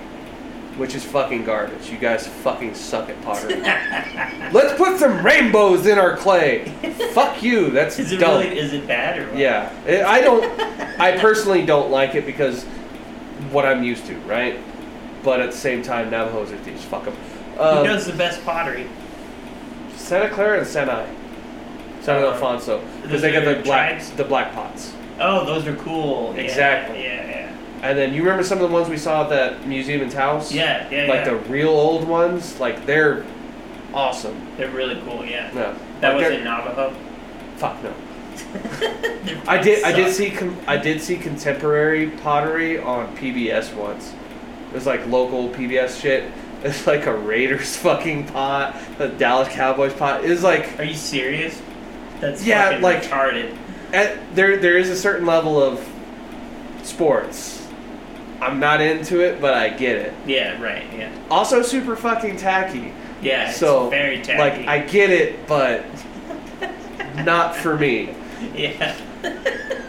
Speaker 2: which is fucking garbage. You guys fucking suck at pottery. Let's put some rainbows in our clay. Fuck you. That's
Speaker 1: Is it
Speaker 2: dumb.
Speaker 1: really? Is it bad or what?
Speaker 2: Yeah, I- I don't. I personally don't like it because what I'm used to, right? But at the same time, Navajos are thieves. Fuck them.
Speaker 1: Who
Speaker 2: Um,
Speaker 1: does the best pottery?
Speaker 2: Santa Clara and Senai, San
Speaker 1: Uh,
Speaker 2: Alfonso,
Speaker 1: those
Speaker 2: because they got
Speaker 1: are
Speaker 2: the black
Speaker 1: tribes?
Speaker 2: the black pots.
Speaker 1: Oh, those are cool. Yeah,
Speaker 2: Exactly.
Speaker 1: Yeah,
Speaker 2: And then you remember some of the ones we saw at that museum in Taos?
Speaker 1: yeah, yeah, yeah.
Speaker 2: Like
Speaker 1: yeah.
Speaker 2: the real old ones, like they're awesome.
Speaker 1: they're really cool. Yeah,
Speaker 2: No,
Speaker 1: that
Speaker 2: like
Speaker 1: was
Speaker 2: they're-
Speaker 1: in Navajo.
Speaker 2: fuck no.
Speaker 1: They're
Speaker 2: I did. I did
Speaker 1: suck.
Speaker 2: see. Com- I did see contemporary pottery on PBS once. It was like local PBS shit. It's like a Raiders fucking pot, a Dallas Cowboys pot. It was like
Speaker 1: Are you serious? That's
Speaker 2: Yeah,
Speaker 1: fucking
Speaker 2: like-
Speaker 1: retarded.
Speaker 2: at, eh, there. There is a certain level of sports. I'm not into it, but I get it.
Speaker 1: Yeah, right. Yeah,
Speaker 2: Also, super fucking tacky.
Speaker 1: yeah.
Speaker 2: So,
Speaker 1: it's very tacky.
Speaker 2: Like I get it, but not for me.
Speaker 1: yeah,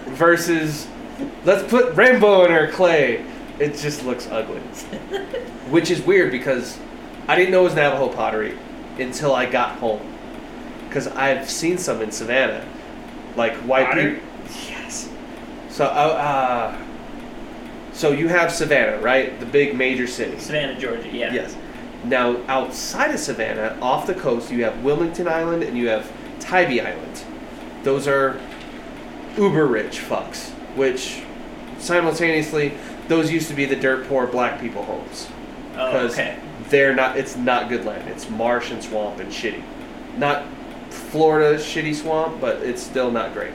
Speaker 2: versus let's put rainbow in our clay. It just looks ugly. Which is weird because I didn't know it was Navajo pottery until I got home. Because I've seen some in Savannah. Like white
Speaker 1: Pottery?
Speaker 2: people. Yes. So, uh, uh, so you have Savannah, right? The big major city.
Speaker 1: Savannah, Georgia. Yeah.
Speaker 2: Yes. Now, outside of Savannah, off the coast, you have Wilmington Island and you have Tybee Island. Those are uber rich fucks, which simultaneously, those used to be the dirt poor black people homes.
Speaker 1: Oh,
Speaker 2: Because
Speaker 1: okay.
Speaker 2: they're not, it's not good land. It's marsh and swamp and shitty. Not Florida shitty swamp, but it's still not great.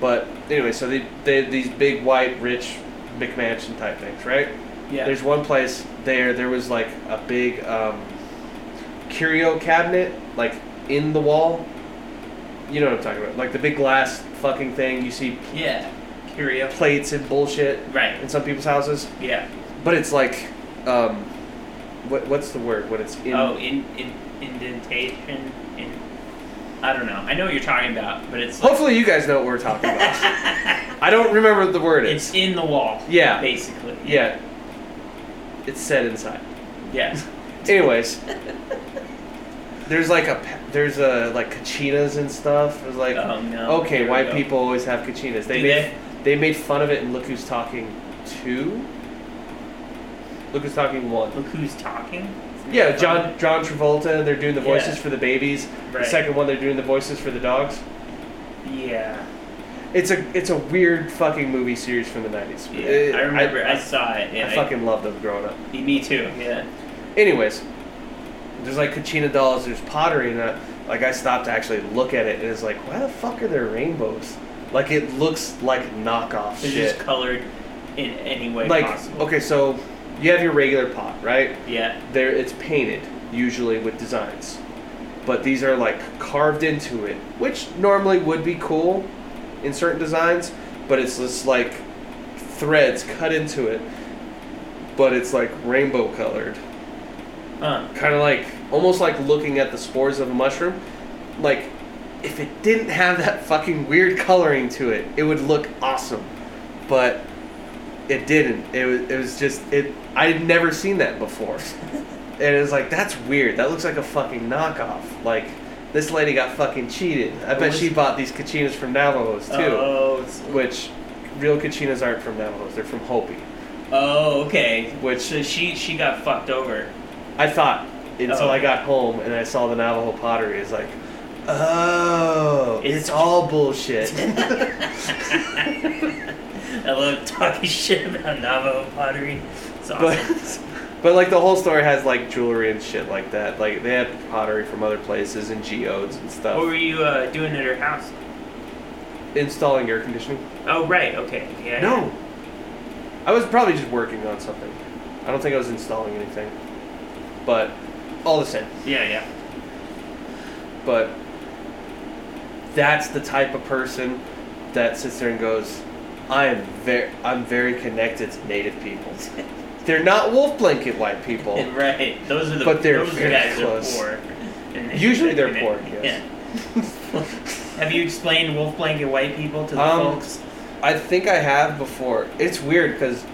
Speaker 2: But anyway, so they, they these big, white, rich McMansion type things, right?
Speaker 1: Yeah.
Speaker 2: There's one place there. There was like a big um, curio cabinet, like in the wall. You know what I'm talking about? Like the big glass fucking thing. You see
Speaker 1: yeah. Curio.
Speaker 2: plates and bullshit
Speaker 1: Right.
Speaker 2: in some people's houses,
Speaker 1: Yeah.
Speaker 2: but it's like, um, what what's the word when it's in?
Speaker 1: oh, in, in indentation. In, I don't know. I know what you're talking about, but it's like,
Speaker 2: Hopefully you guys know what we're talking about. I don't remember what the word
Speaker 1: it's
Speaker 2: is.
Speaker 1: in the wall.
Speaker 2: Yeah.
Speaker 1: Basically.
Speaker 2: yeah. It's set inside.
Speaker 1: Yeah.
Speaker 2: Anyways, there's like a pa- there's a like kachinas and stuff. It's like
Speaker 1: Oh, no. Here
Speaker 2: okay,
Speaker 1: we
Speaker 2: white
Speaker 1: go.
Speaker 2: people always have kachinas. They
Speaker 1: Do
Speaker 2: made they? made fun of it in Look Who's Talking two. Look Who's Talking one.
Speaker 1: Look who's talking.
Speaker 2: Yeah, John John Travolta. They're doing the
Speaker 1: Yeah.
Speaker 2: voices for the babies.
Speaker 1: Right.
Speaker 2: The second one, they're doing the voices for the dogs.
Speaker 1: Yeah.
Speaker 2: It's a it's a weird fucking movie series from the nineties.
Speaker 1: Yeah. I remember. I, saw it. Yeah.
Speaker 2: Uh, I fucking loved them growing up.
Speaker 1: me too. Yeah.
Speaker 2: Anyways, there's like Kachina dolls, there's pottery, and I, like I stopped to actually look at it, and it's like, why the fuck are there rainbows? Like it looks like knockoff
Speaker 1: They're
Speaker 2: shit.
Speaker 1: just colored in any way
Speaker 2: Like
Speaker 1: possible.
Speaker 2: okay, so you have your regular pot, right?
Speaker 1: Yeah.
Speaker 2: There, it's painted usually with designs, but these are like carved into it, which normally would be cool in certain designs, but it's just like threads cut into it, but it's like rainbow colored
Speaker 1: Huh.
Speaker 2: kind of like almost like looking at the spores of a mushroom. Like, if it didn't have that fucking weird coloring to it, it would look awesome. But it didn't. It was, it was just it. I had never seen that before, and it was like that's weird. That looks like a fucking knockoff. Like. This lady got fucking cheated. I bet she bought these kachinas from Navajos too,
Speaker 1: Oh. it's-
Speaker 2: which real kachinas aren't from Navajos. They're from Hopi.
Speaker 1: Oh. Okay.
Speaker 2: Which-
Speaker 1: so she she got fucked over.
Speaker 2: I thought until
Speaker 1: Oh.
Speaker 2: I got home and I saw the Navajo pottery. It's like, oh,
Speaker 1: It's-
Speaker 2: it's, all bullshit.
Speaker 1: I love talking shit about Navajo pottery. It's awesome.
Speaker 2: but, but like the whole store has like jewelry and shit like that. Like they had pottery from other places and geodes and
Speaker 1: what were
Speaker 2: stuff.
Speaker 1: you uh, doing at her house?
Speaker 2: Installing air conditioning.
Speaker 1: Oh right. Okay. Yeah.
Speaker 2: No, I was probably just working on something. I don't think I was installing anything, but all the same.
Speaker 1: Yeah. Yeah.
Speaker 2: but that's the type of person that sits there and goes, I am very, I'm very connected to Native people. They're not wolf blanket white people.
Speaker 1: Right. Those are the.
Speaker 2: But they're
Speaker 1: those
Speaker 2: very
Speaker 1: guys
Speaker 2: close.
Speaker 1: are poor. And
Speaker 2: Usually they're poor, yes.
Speaker 1: Yeah. Have you explained wolf blanket white people to the
Speaker 2: Um,
Speaker 1: folks?
Speaker 2: I think I have before. It's weird because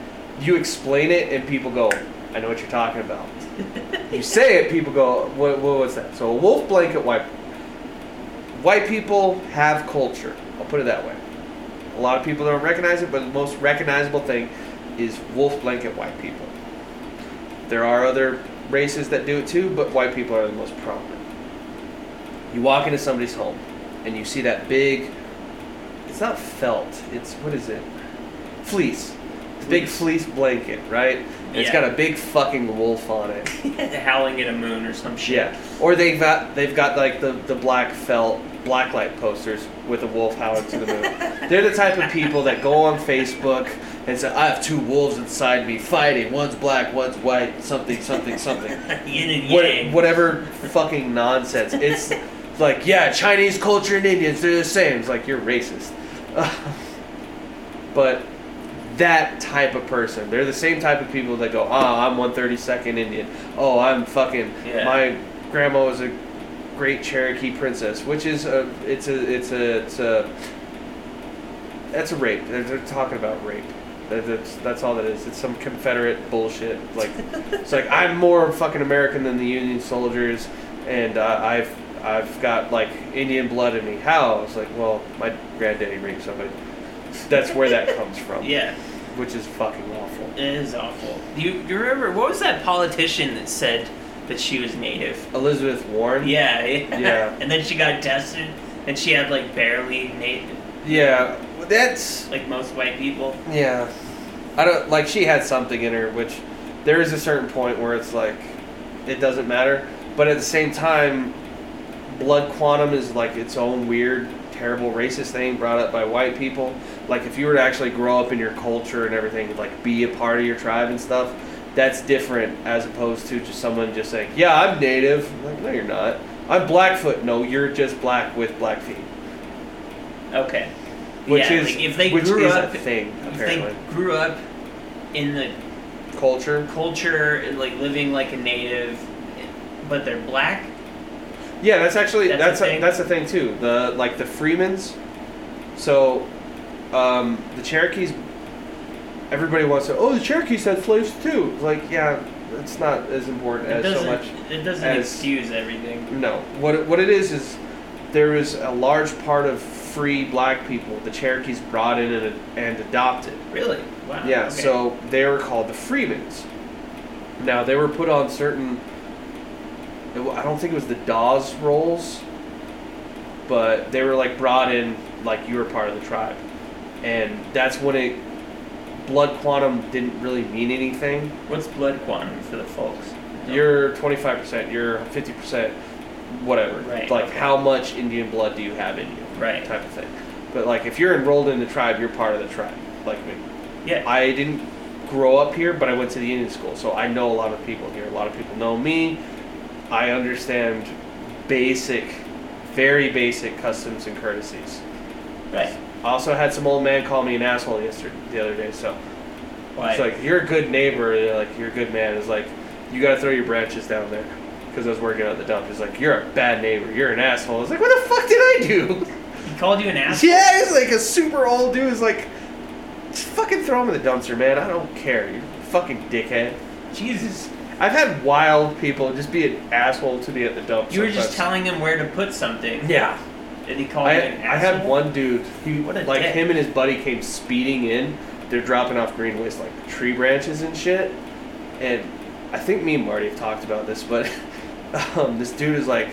Speaker 2: you explain it and people go, I know what you're talking about. you say it, people go, what, what was that? So a wolf blanket wipe. White people have culture. I'll put it that way. A lot of people don't recognize it, but the most recognizable thing is wolf blanket white people. There are other races that do it too, but white people are the most prominent. You walk into somebody's home and you see that big, it's not felt, it's, what is it? Fleece. It's a big fleece blanket, right? And It's
Speaker 1: Yeah.
Speaker 2: got a big fucking wolf on it.
Speaker 1: howling at a moon or some shit.
Speaker 2: Yeah, or they've got they've got like the the black felt blacklight posters with a wolf howling to the moon. They're the type of people that go on Facebook and say, "I have two wolves inside me fighting. One's black, one's white. Something, something, something.
Speaker 1: Yin and
Speaker 2: What,
Speaker 1: yang.
Speaker 2: whatever fucking nonsense. It's like, yeah, Chinese culture and Indians they're the same. It's like you're racist. but that type of person. They're the same type of people that go, oh, I'm 132nd Indian. Oh, I'm fucking.
Speaker 1: Yeah.
Speaker 2: My grandma was a great Cherokee princess, which is a. It's a. It's a. It's a. That's a rape. They're, they're talking about rape. That- That's, that's all that is. It's some Confederate bullshit. Like, it's like I'm more fucking American than the Union soldiers, and uh, I've I've got like Indian blood in me. How? It's like, well, my granddaddy raped somebody. That's where that comes from
Speaker 1: yeah,
Speaker 2: which is fucking awful.
Speaker 1: it is awful. Do you, do you remember what was that politician that said that she was native?
Speaker 2: Elizabeth Warren.
Speaker 1: Yeah, yeah.
Speaker 2: Yeah.
Speaker 1: and then she got tested, and she had like barely native,
Speaker 2: Yeah, that's
Speaker 1: like most white people.
Speaker 2: yeah. I don't like she had something in her, which there is a certain point where it's like it doesn't matter, but at the same time, blood quantum is like its own weird, terrible, racist thing brought up by white people. Like if you were to actually grow up in your culture and everything, like be a part of your tribe and stuff. That's different as opposed to just someone just saying, "Yeah, I'm native." I'm like, no, you're not. I'm Blackfoot. No, you're just black with black feet.
Speaker 1: Okay.
Speaker 2: Which
Speaker 1: yeah,
Speaker 2: is
Speaker 1: like if they
Speaker 2: which
Speaker 1: grew
Speaker 2: is
Speaker 1: up,
Speaker 2: a thing
Speaker 1: if
Speaker 2: apparently.
Speaker 1: they grew up in the
Speaker 2: Culture.
Speaker 1: culture, and, like living like a native, but they're black.
Speaker 2: Yeah, that's actually
Speaker 1: That's
Speaker 2: that's
Speaker 1: a
Speaker 2: a-
Speaker 1: thing.
Speaker 2: that's the thing too. The like the Freemans. So, um, the Cherokees. Everybody wants to. Oh, the Cherokees had slaves too. It's Like, yeah, it's not as important
Speaker 1: It
Speaker 2: as so
Speaker 1: doesn't.
Speaker 2: much.
Speaker 1: it doesn't
Speaker 2: as-
Speaker 1: excuse everything.
Speaker 2: No, what it, what it is is there is a large part of free black people the Cherokees brought in and, and adopted.
Speaker 1: Really? Wow.
Speaker 2: Yeah,
Speaker 1: okay.
Speaker 2: so they were called the Freemans. Now they were put on certain. it wa- I don't think it was the Dawes rolls, but they were like brought in like you were part of the tribe, and that's when it. Blood quantum didn't really mean anything.
Speaker 1: What's blood quantum for the folks?
Speaker 2: You're twenty five percent. You're fifty percent. Whatever.
Speaker 1: Right,
Speaker 2: Like
Speaker 1: okay.
Speaker 2: how much Indian blood do you have in you?
Speaker 1: Right.
Speaker 2: Type of thing. But like if you're enrolled in the tribe, you're part of the tribe. Like me.
Speaker 1: Yeah.
Speaker 2: I didn't grow up here, but I went to the Indian school, so I know a lot of people here. A lot of people know me. I understand basic, very basic customs and courtesies.
Speaker 1: Right.
Speaker 2: I also had some old man call me an asshole yesterday, the other day. So
Speaker 1: Why?
Speaker 2: it's like you're a good neighbor, and like you're a good man. It's like you gotta throw your branches down there because I was working out the dump. It's like you're a bad neighbor. You're an asshole. It's like what the fuck did I do?
Speaker 1: he called you an asshole.
Speaker 2: Yeah, he's like a super old dude. Is like, just fucking throw him in the dumpster, man. I don't care. You fucking dickhead.
Speaker 1: Jesus.
Speaker 2: I've had wild people just be an asshole to me at the dumpster.
Speaker 1: You were just telling him where to put something,
Speaker 2: Yeah.
Speaker 1: and he called
Speaker 2: I,
Speaker 1: you an
Speaker 2: I
Speaker 1: asshole.
Speaker 2: had one dude. He,
Speaker 1: What a
Speaker 2: like
Speaker 1: dick.
Speaker 2: him and his buddy came speeding in. They're dropping off green waste like tree branches and shit. And I think me and Marty have talked about this, but um, this dude is like,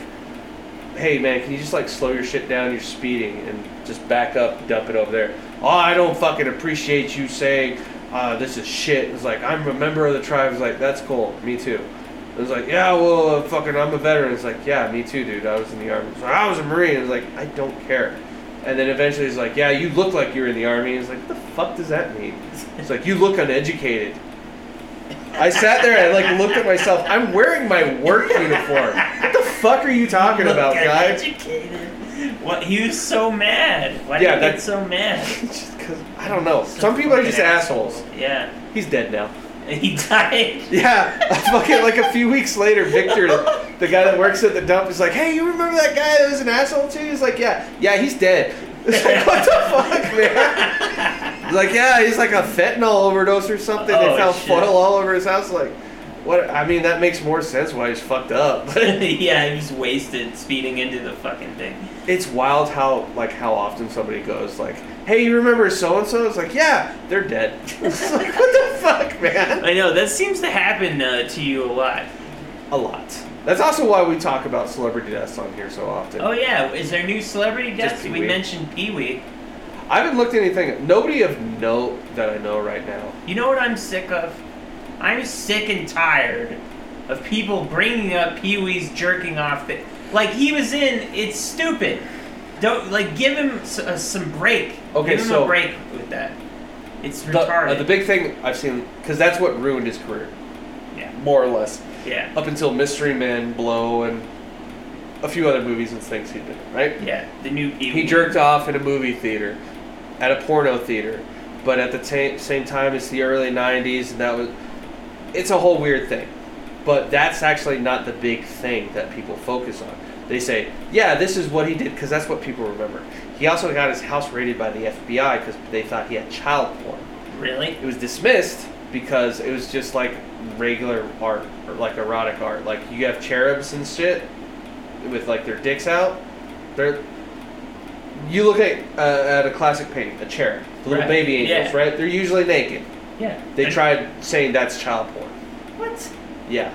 Speaker 2: "Hey man, can you just like slow your shit down? You're speeding, and just back up, dump it over there." Oh, I don't fucking appreciate you saying uh, this is shit. It's like I'm a member of the tribe. It's like that's cool. Me too. It was like, yeah, well, uh, fucking, I'm a veteran. It's like, yeah, me too, dude. I was in the army. It's like, I was a marine. It's like, I don't care. And then eventually he's like, yeah, you look like you were in the army. It's like, what the fuck does that mean? It's like, you look uneducated. I sat there and like looked at myself. I'm wearing my work uniform. What the fuck are you talking
Speaker 1: Look
Speaker 2: about,
Speaker 1: at
Speaker 2: guy?
Speaker 1: Educated. What? He was so mad. Why
Speaker 2: Yeah,
Speaker 1: did he get
Speaker 2: that's-
Speaker 1: so mad?
Speaker 2: Just 'cause- I don't know. Some people are
Speaker 1: Fucking
Speaker 2: just assholes.
Speaker 1: Yeah.
Speaker 2: He's dead now.
Speaker 1: And he died.
Speaker 2: Yeah, fucking like a few weeks later, Victor, the guy that works at the dump, is like, "Hey, you remember that guy that was an asshole too?" He's like, "Yeah, yeah, he's dead." It's like, what the fuck, man? He's like, yeah, he's like a fentanyl overdose or something.
Speaker 1: Oh,
Speaker 2: they found
Speaker 1: shit.
Speaker 2: funnel all over his house. Like, what? I mean, that makes more sense why he's fucked up. But
Speaker 1: yeah, he was wasted speeding into the fucking thing.
Speaker 2: it's wild how like how often somebody goes like, hey, you remember so and so? It's like, yeah, they're dead. it's like, what the fuck, man?
Speaker 1: I know that seems to happen uh, to you a lot.
Speaker 2: A lot. That's also why we talk about celebrity deaths on here so often.
Speaker 1: Oh yeah, is there new celebrity
Speaker 2: Just
Speaker 1: deaths? We
Speaker 2: Pee-wee.
Speaker 1: mentioned Pee Wee.
Speaker 2: I haven't looked anything. Nobody of note that I know right now.
Speaker 1: You know what I'm sick of? I'm sick and tired of people bringing up Pee Wee's jerking off. That like he was in. It's stupid. Don't like give him s- uh, some break.
Speaker 2: Okay,
Speaker 1: give him
Speaker 2: so-
Speaker 1: a break with that. It's
Speaker 2: The, uh,
Speaker 1: retarded.
Speaker 2: the big thing I've seen, because that's what ruined his career,
Speaker 1: yeah,
Speaker 2: more or less.
Speaker 1: yeah,
Speaker 2: Up until Mystery Man, Blow, and a few other movies and things he'd been in, right?
Speaker 1: yeah. The new Pee Wee.
Speaker 2: He jerked off in a movie theater, at a porno theater, but at the ta- same time, it's the early 90s, and that was. It's a whole weird thing. But that's actually not the big thing that people focus on. They say, yeah, this is what he did, because that's what people remember. He also got his house raided by the FBI because they thought he had child porn.
Speaker 1: Really?
Speaker 2: it was dismissed because it was just like regular art or like erotic art. Like you have cherubs and shit with like their dicks out. They're you look at uh, at a classic painting, a cherub, the little
Speaker 1: Right.
Speaker 2: baby angels,
Speaker 1: Yeah.
Speaker 2: right? They're usually naked.
Speaker 1: Yeah.
Speaker 2: They
Speaker 1: And-
Speaker 2: tried saying that's child porn.
Speaker 1: What?
Speaker 2: Yeah,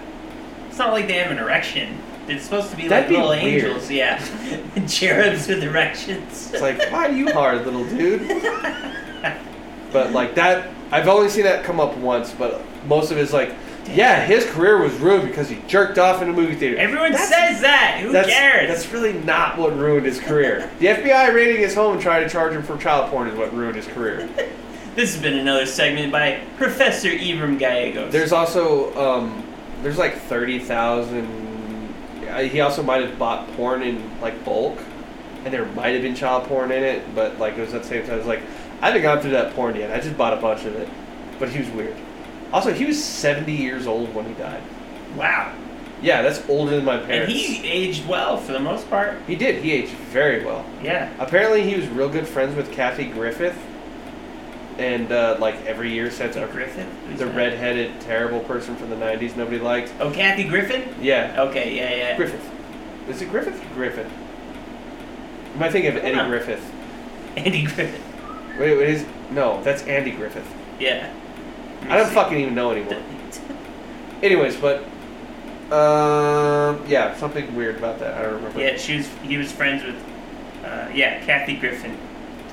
Speaker 1: It's not like they have an erection. It's supposed to be
Speaker 2: That'd
Speaker 1: like
Speaker 2: be
Speaker 1: little
Speaker 2: weird.
Speaker 1: angels, yeah. Cherubs with erections.
Speaker 2: it's like why are you hard, little dude? But like that, I've only seen that come up once. But most of it's like, yeah, his career was ruined because he jerked off in a movie theater.
Speaker 1: Everyone
Speaker 2: That's-
Speaker 1: says that. Who
Speaker 2: that's,
Speaker 1: cares?
Speaker 2: That's really not what ruined his career. the FBI raiding his home and trying to charge him for child porn is what ruined his career.
Speaker 1: This has been another segment by Professor Ibram Gallegos.
Speaker 2: There's also um, there's like thirty thousand. uh, He also might have bought porn in like bulk, and there might have been child porn in it, but like it was at the same time. It's like I haven't gone through that porn yet. I just bought a bunch of it, but he was weird. Also, he was seventy years old when he died.
Speaker 1: wow.
Speaker 2: Yeah, that's older than my
Speaker 1: And
Speaker 2: parents.
Speaker 1: he aged well for the most part.
Speaker 2: he did. He aged very well.
Speaker 1: Yeah.
Speaker 2: Apparently, he was real good friends with Kathy Griffith, and uh, like every year since
Speaker 1: The
Speaker 2: uh,
Speaker 1: Griffin. Who's
Speaker 2: the
Speaker 1: that?
Speaker 2: redheaded terrible person from the '90s nobody liked.
Speaker 1: Oh, Kathy Griffin.
Speaker 2: Yeah,
Speaker 1: Okay. Yeah. Yeah.
Speaker 2: Griffith. Is it Griffith? Or Griffin. Am I thinking of Eddie
Speaker 1: Yeah.
Speaker 2: Griffith?
Speaker 1: Andy Griffin.
Speaker 2: Wait, wait, is no? That's Andy Griffith.
Speaker 1: Yeah.
Speaker 2: I don't fucking even know anymore. Anyways, but um, yeah, something weird about that. I don't remember.
Speaker 1: Yeah. She was. He was friends with. Uh, yeah, Kathy Griffin.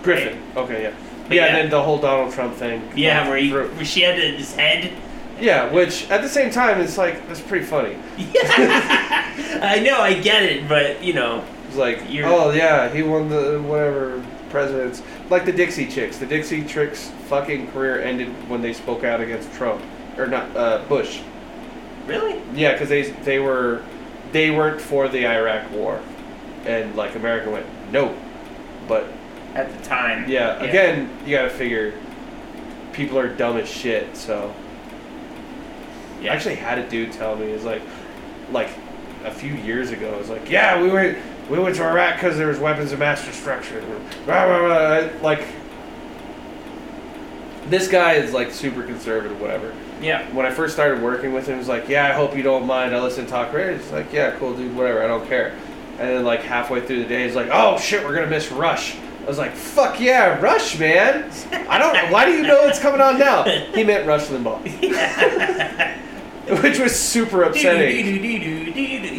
Speaker 2: Griffin. Okay, yeah.
Speaker 1: But
Speaker 2: Yeah,
Speaker 1: yeah.
Speaker 2: then the whole Donald Trump thing.
Speaker 1: Yeah, where, he,
Speaker 2: Through-
Speaker 1: where she had to- his head.
Speaker 2: Yeah, which at the same time, it's like that's pretty funny.
Speaker 1: I know, I get it, but you know,
Speaker 2: It's like,
Speaker 1: You're-
Speaker 2: oh yeah, he won the whatever presidents, like the Dixie Chicks. The Dixie Chicks' fucking career ended when they spoke out against Trump or not uh, Bush.
Speaker 1: really?
Speaker 2: Yeah, because they they were they weren't for the Iraq War, and like America went no, but
Speaker 1: At the time.
Speaker 2: yeah, again, you gotta figure people are dumb as shit. So
Speaker 1: Yeah.
Speaker 2: I actually had a dude tell me is like, like a few years ago, it was like, yeah, we went we went to Iraq because there was weapons of mass destruction. Blah, blah, blah. I- Like this guy is like super conservative, whatever.
Speaker 1: yeah.
Speaker 2: When I first started working with him, he was like, yeah, I hope you don't mind. I listen to talk radio. He's like, yeah, cool, dude, whatever. I don't care. And then like halfway through the day, he's like, oh shit, we're gonna miss Rush. I was like, fuck yeah, Rush, man. I don't. Why do you know it's coming on now? He meant Rush Limbaugh which was super upsetting.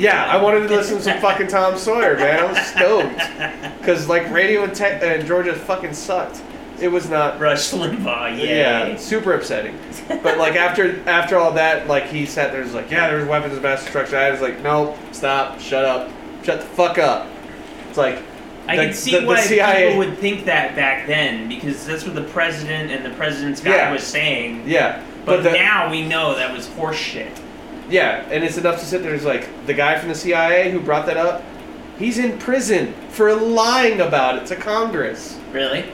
Speaker 2: Yeah, I wanted to listen to some fucking Tom Sawyer, man. I was stoked because like radio in, te- uh, in Georgia fucking sucked. It was not.
Speaker 1: Rush Limbaugh.
Speaker 2: Yeah,
Speaker 1: Yeah.
Speaker 2: super upsetting. But like after after all that, like he sat there and was like, yeah, there's weapons of mass destruction. I was like, no, stop, shut up, shut the fuck up. It's like
Speaker 1: I
Speaker 2: the-
Speaker 1: can see
Speaker 2: the- the
Speaker 1: why
Speaker 2: CIA
Speaker 1: people would think that back then because that's what the president and the president's guy
Speaker 2: Yeah.
Speaker 1: was saying.
Speaker 2: yeah,
Speaker 1: But,
Speaker 2: the,
Speaker 1: now we know that was horseshit.
Speaker 2: Yeah, and it's enough to sit there. It's like the guy from the CIA who brought that up. He's in prison for lying about it to Congress.
Speaker 1: Really?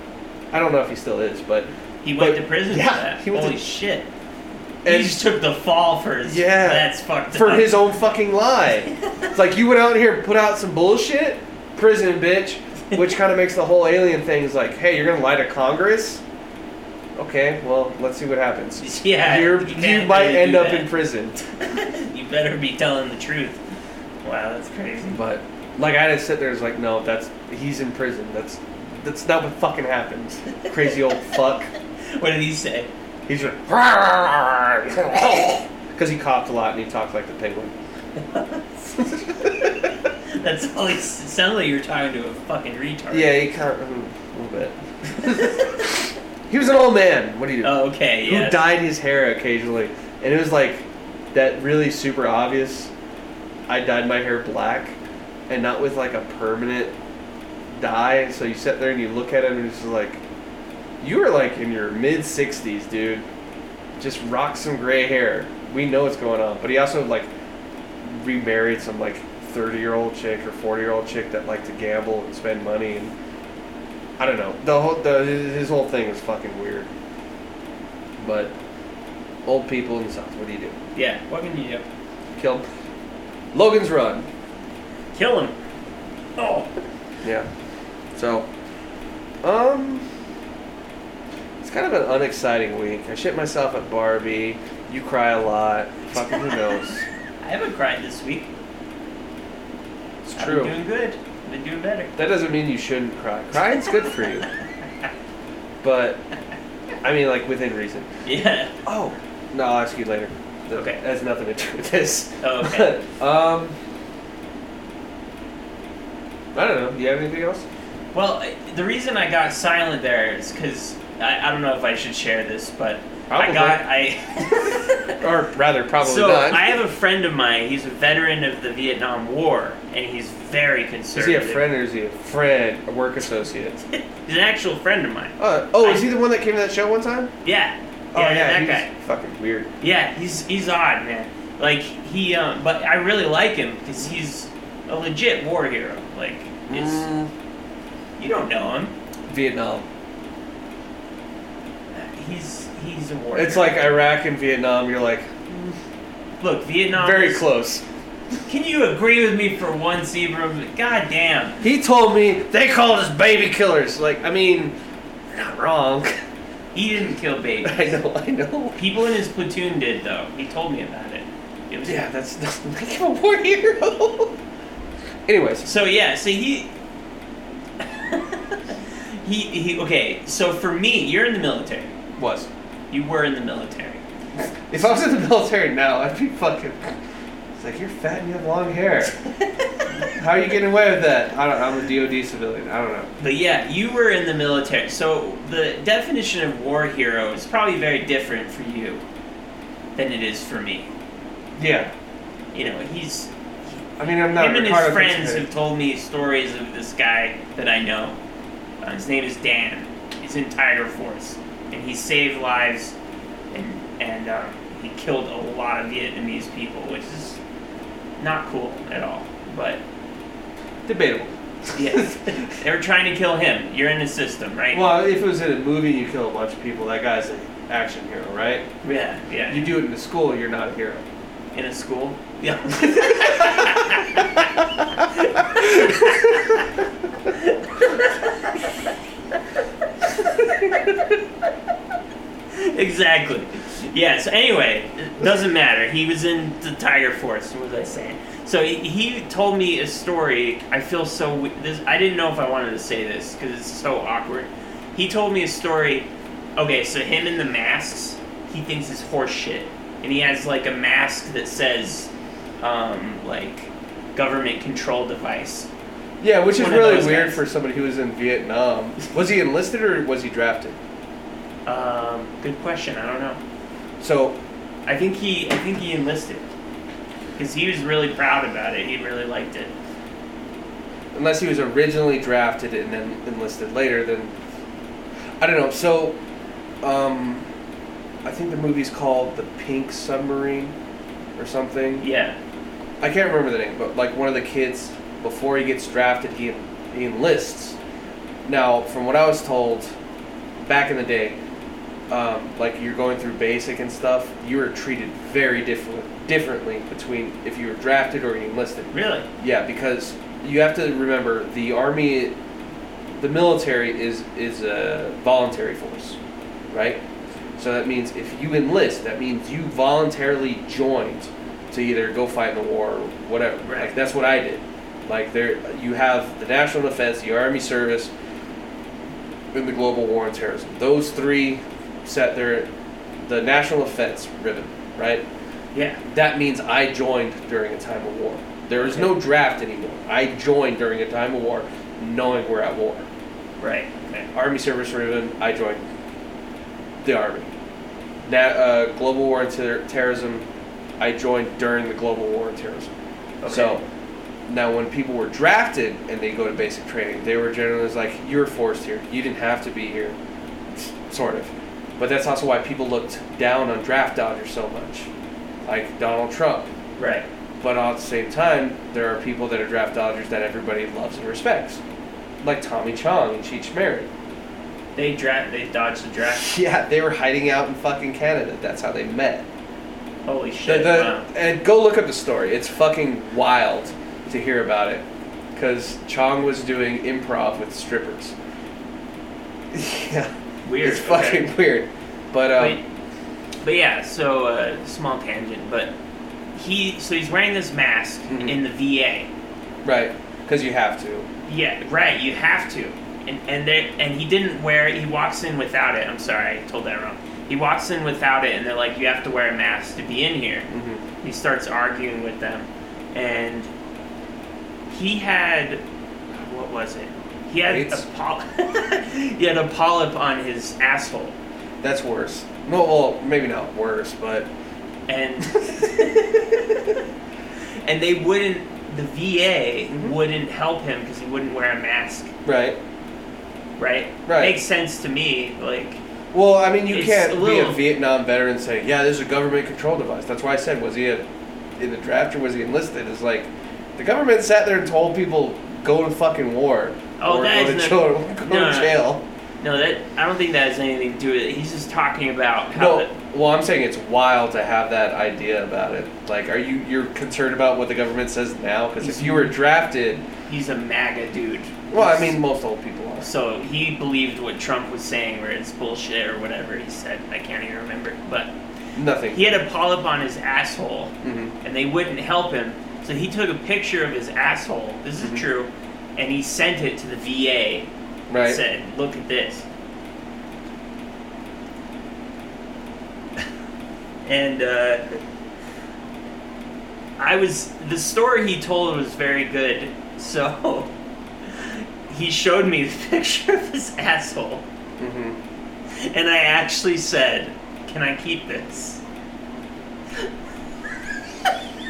Speaker 2: I don't know if he still is, but
Speaker 1: He went
Speaker 2: But-
Speaker 1: to prison
Speaker 2: yeah,
Speaker 1: for that.
Speaker 2: he went
Speaker 1: Holy
Speaker 2: to-
Speaker 1: shit.
Speaker 2: and
Speaker 1: he just took the fall for his.
Speaker 2: Yeah.
Speaker 1: That's fucked
Speaker 2: for
Speaker 1: up.
Speaker 2: his own fucking lie. it's like you went out here and put out some bullshit, prison, bitch. Which kind of makes the whole alien thing is like, hey, you're gonna lie to Congress? Okay, well, let's see what happens.
Speaker 1: yeah,
Speaker 2: You're,
Speaker 1: you
Speaker 2: you
Speaker 1: can't
Speaker 2: might
Speaker 1: really
Speaker 2: end
Speaker 1: do
Speaker 2: up
Speaker 1: that.
Speaker 2: in prison.
Speaker 1: you better be telling the truth. Wow, that's crazy.
Speaker 2: But like, I just sit there, it's like, no, that's he's in prison. That's that's not what fucking happens. Crazy old fuck.
Speaker 1: What did he say?
Speaker 2: He's like, because he coughed a lot and he talked like the penguin.
Speaker 1: That's all he s- it sounded like you were talking to a fucking retard.
Speaker 2: Yeah, he kind of a little bit. He was an old man. What do you do?
Speaker 1: oh, okay,
Speaker 2: who
Speaker 1: yeah.
Speaker 2: dyed his hair occasionally, and it was like that really super obvious. I dyed my hair black, and not with like a permanent dye. So you sit there and you look at him, and it's just like, you are like in your mid sixties, dude. Just rock some gray hair. We know what's going on. But he also like remarried some like thirty year old chick or forty year old chick that liked to gamble and spend money and. I don't know. The whole the, his his whole thing is fucking weird. But old people in the South, what do you do?
Speaker 1: Yeah, what can you do?
Speaker 2: Kill 'em. Logan's Run.
Speaker 1: Kill him. Oh,
Speaker 2: Yeah. So, um, it's kind of an unexciting week. I shit myself at Barbie. You cry a lot. Fucking who knows?
Speaker 1: I haven't cried this week.
Speaker 2: It's
Speaker 1: I've
Speaker 2: true.
Speaker 1: been doing good. I've been doing better.
Speaker 2: That doesn't mean you shouldn't cry. Crying's good for you. But, I mean, like within reason.
Speaker 1: Yeah.
Speaker 2: Oh, no, I'll ask you later. That
Speaker 1: Okay.
Speaker 2: has nothing to do with this.
Speaker 1: Oh, okay.
Speaker 2: um, I don't know. Do you have anything else?
Speaker 1: Well, I- the reason I got silent there is because I, I don't know if I should share this, but I
Speaker 2: Probably.
Speaker 1: got I.
Speaker 2: Or rather, probably
Speaker 1: so
Speaker 2: not.
Speaker 1: I have a friend of mine. He's a veteran of the Vietnam War, and he's very
Speaker 2: is he
Speaker 1: conservative.
Speaker 2: a friend or is he a friend, a work associate?
Speaker 1: He's an actual friend of mine.
Speaker 2: Uh, oh, is he the one that came to that show one time?
Speaker 1: Yeah.
Speaker 2: Oh
Speaker 1: that
Speaker 2: he's
Speaker 1: guy.
Speaker 2: Fucking weird.
Speaker 1: Yeah, he's he's odd, man. Like he, um, but I really like him because he's a legit war hero. Like it's
Speaker 2: Mm.
Speaker 1: you don't know him.
Speaker 2: Vietnam.
Speaker 1: He's he's a war.
Speaker 2: It's
Speaker 1: hero.
Speaker 2: like Iraq and Vietnam. You're like
Speaker 1: look Vietnam.
Speaker 2: very
Speaker 1: is-
Speaker 2: close.
Speaker 1: Can you agree with me for once, Ibram? God damn.
Speaker 2: He told me they called us baby killers. Like, I mean, you're not wrong.
Speaker 1: He didn't kill babies.
Speaker 2: I know. I know.
Speaker 1: People in his platoon did though. He told me about it. It was
Speaker 2: Yeah, that's doesn't make him a war hero. Anyways,
Speaker 1: So yeah, so he he he okay, so for me, you're in the military.
Speaker 2: was
Speaker 1: You were in the military.
Speaker 2: if I was in the military now, I'd be fucking. It's like you're fat and you have long hair. How are you getting away with that? I don't. I'm a DoD civilian. I don't know.
Speaker 1: But yeah, you were in the military. So the definition of war hero is probably very different for you than it is for me.
Speaker 2: Yeah.
Speaker 1: You know, he's
Speaker 2: I mean, I'm not.
Speaker 1: him and
Speaker 2: Ricardo
Speaker 1: his friends
Speaker 2: Fitzgerald.
Speaker 1: have told me stories of this guy that I know. Uh, his name is Dan. He's in Tiger Force, and he saved lives, and and um, he killed a lot of Vietnamese people, which is not cool at all. But
Speaker 2: Debatable.
Speaker 1: yes, they were trying to kill him. You're in the system, right?
Speaker 2: Well, if it was in a movie, you kill a bunch of people. That guy's an action hero, right?
Speaker 1: yeah, yeah.
Speaker 2: You do it in a school, you're not a hero.
Speaker 1: in a school. Yeah. exactly. Yeah. So anyway, it doesn't matter. He was in the Tiger Force. What was I saying? So he, he told me a story. I feel so. we- This I didn't know if I wanted to say this because it's so awkward. He told me a story. Okay, so him in the masks, he thinks is horse shit, and he has like a mask that says, um, like, government control device.
Speaker 2: Yeah, which is
Speaker 1: One of
Speaker 2: really
Speaker 1: those
Speaker 2: weird
Speaker 1: guys.
Speaker 2: for somebody who was in Vietnam. Was he enlisted or was he drafted?
Speaker 1: Um, good question. I don't know.
Speaker 2: So,
Speaker 1: I think he I think he enlisted because he was really proud about it. He really liked it.
Speaker 2: unless he was originally drafted and then enlisted later, then I don't know. So, um, I think the movie's called The Pink Submarine or something.
Speaker 1: Yeah.
Speaker 2: I can't remember the name, but like one of the kids before he gets drafted, he he enlists. Now, from what I was told, back in the day, um, like you're going through basic and stuff, you were treated very different differently between if you were drafted or you enlisted.
Speaker 1: Really?
Speaker 2: Yeah, because you have to remember the army the military is is a voluntary force, right? So that means if you enlist, that means you voluntarily joined to either go fight in the war or whatever.
Speaker 1: Right.
Speaker 2: Like that's what I did. Like there, you have the national defense, the army service, and the global war on terrorism. Those three set their the national defense ribbon, right?
Speaker 1: Yeah.
Speaker 2: That means I joined during a time of war. There is no draft anymore. I joined during a time of war, knowing we're at war.
Speaker 1: Right.
Speaker 2: Army service ribbon. I joined the army. Na uh, global war on ter- terrorism. I joined during the global war on terrorism.
Speaker 1: Okay.
Speaker 2: So now, when people were drafted and they go to basic training, they were generally just like, "You were forced here. You didn't have to be here," sort of. But that's also why people looked down on draft dodgers so much, like Donald Trump.
Speaker 1: Right.
Speaker 2: But at the same time, there are people that are draft dodgers that everybody loves and respects, like Tommy Chong and Cheech Marin.
Speaker 1: They draft. They dodged the draft.
Speaker 2: Yeah, they were hiding out in fucking Canada. That's how they met.
Speaker 1: Holy
Speaker 2: The-
Speaker 1: shit!
Speaker 2: the-
Speaker 1: wow.
Speaker 2: And go look up the story. It's fucking wild to hear about it. Because Chong was doing improv with strippers. Yeah.
Speaker 1: Weird.
Speaker 2: It's
Speaker 1: okay.
Speaker 2: fucking weird. But, um,
Speaker 1: Wait. But yeah, so uh, small tangent, but he so he's wearing this mask
Speaker 2: Mhm.
Speaker 1: in the VA.
Speaker 2: right. Because you have to.
Speaker 1: Yeah, right. You have to, and and they and he didn't wear. it. He walks in without it. I'm sorry, I told that wrong. He walks in without it, and they're like, "You have to wear a mask to be in here."
Speaker 2: Mm-hmm.
Speaker 1: He starts arguing with them, and he had what was it? He had
Speaker 2: Weights?
Speaker 1: a polyp. he had a polyp on his asshole,
Speaker 2: That's worse. Well, well, maybe not worse, but.
Speaker 1: and and they wouldn't. The VA
Speaker 2: Mhm.
Speaker 1: wouldn't help him because he wouldn't wear a mask,
Speaker 2: Right.
Speaker 1: right?
Speaker 2: Right.
Speaker 1: Makes sense to me, like.
Speaker 2: Well, I mean, you
Speaker 1: It's
Speaker 2: can't
Speaker 1: a
Speaker 2: be a
Speaker 1: little-
Speaker 2: Vietnam veteran and say, "Yeah, this is a government control device." That's why I said, was he a, in the draft or was he enlisted? Is like, the government sat there and told people go to fucking war
Speaker 1: Oh,
Speaker 2: or
Speaker 1: that
Speaker 2: go to,
Speaker 1: is
Speaker 2: jail, go
Speaker 1: no, no,
Speaker 2: to
Speaker 1: no.
Speaker 2: jail.
Speaker 1: No, that I don't think that has anything to do with it. He's just talking about how
Speaker 2: No, well, I'm saying it's wild to have that idea about it. Like, are you you're concerned about what the government says now? Because if
Speaker 1: He's-
Speaker 2: you were drafted,
Speaker 1: that he's a MAGA dude.
Speaker 2: well, I mean, most old people are.
Speaker 1: so he believed what Trump was saying, where it's bullshit or whatever he said. I can't even remember, but
Speaker 2: Nothing.
Speaker 1: he had a polyp on his asshole,
Speaker 2: Mhm.
Speaker 1: and they wouldn't help him. So he took a picture of his asshole. This is
Speaker 2: Mhm.
Speaker 1: true, and he sent it to the VA.
Speaker 2: Right.
Speaker 1: Said, "Look at this." and uh, I was the story he told was very good, so he showed me the picture of his asshole,
Speaker 2: hmm
Speaker 1: and I actually said, "Can I keep this?"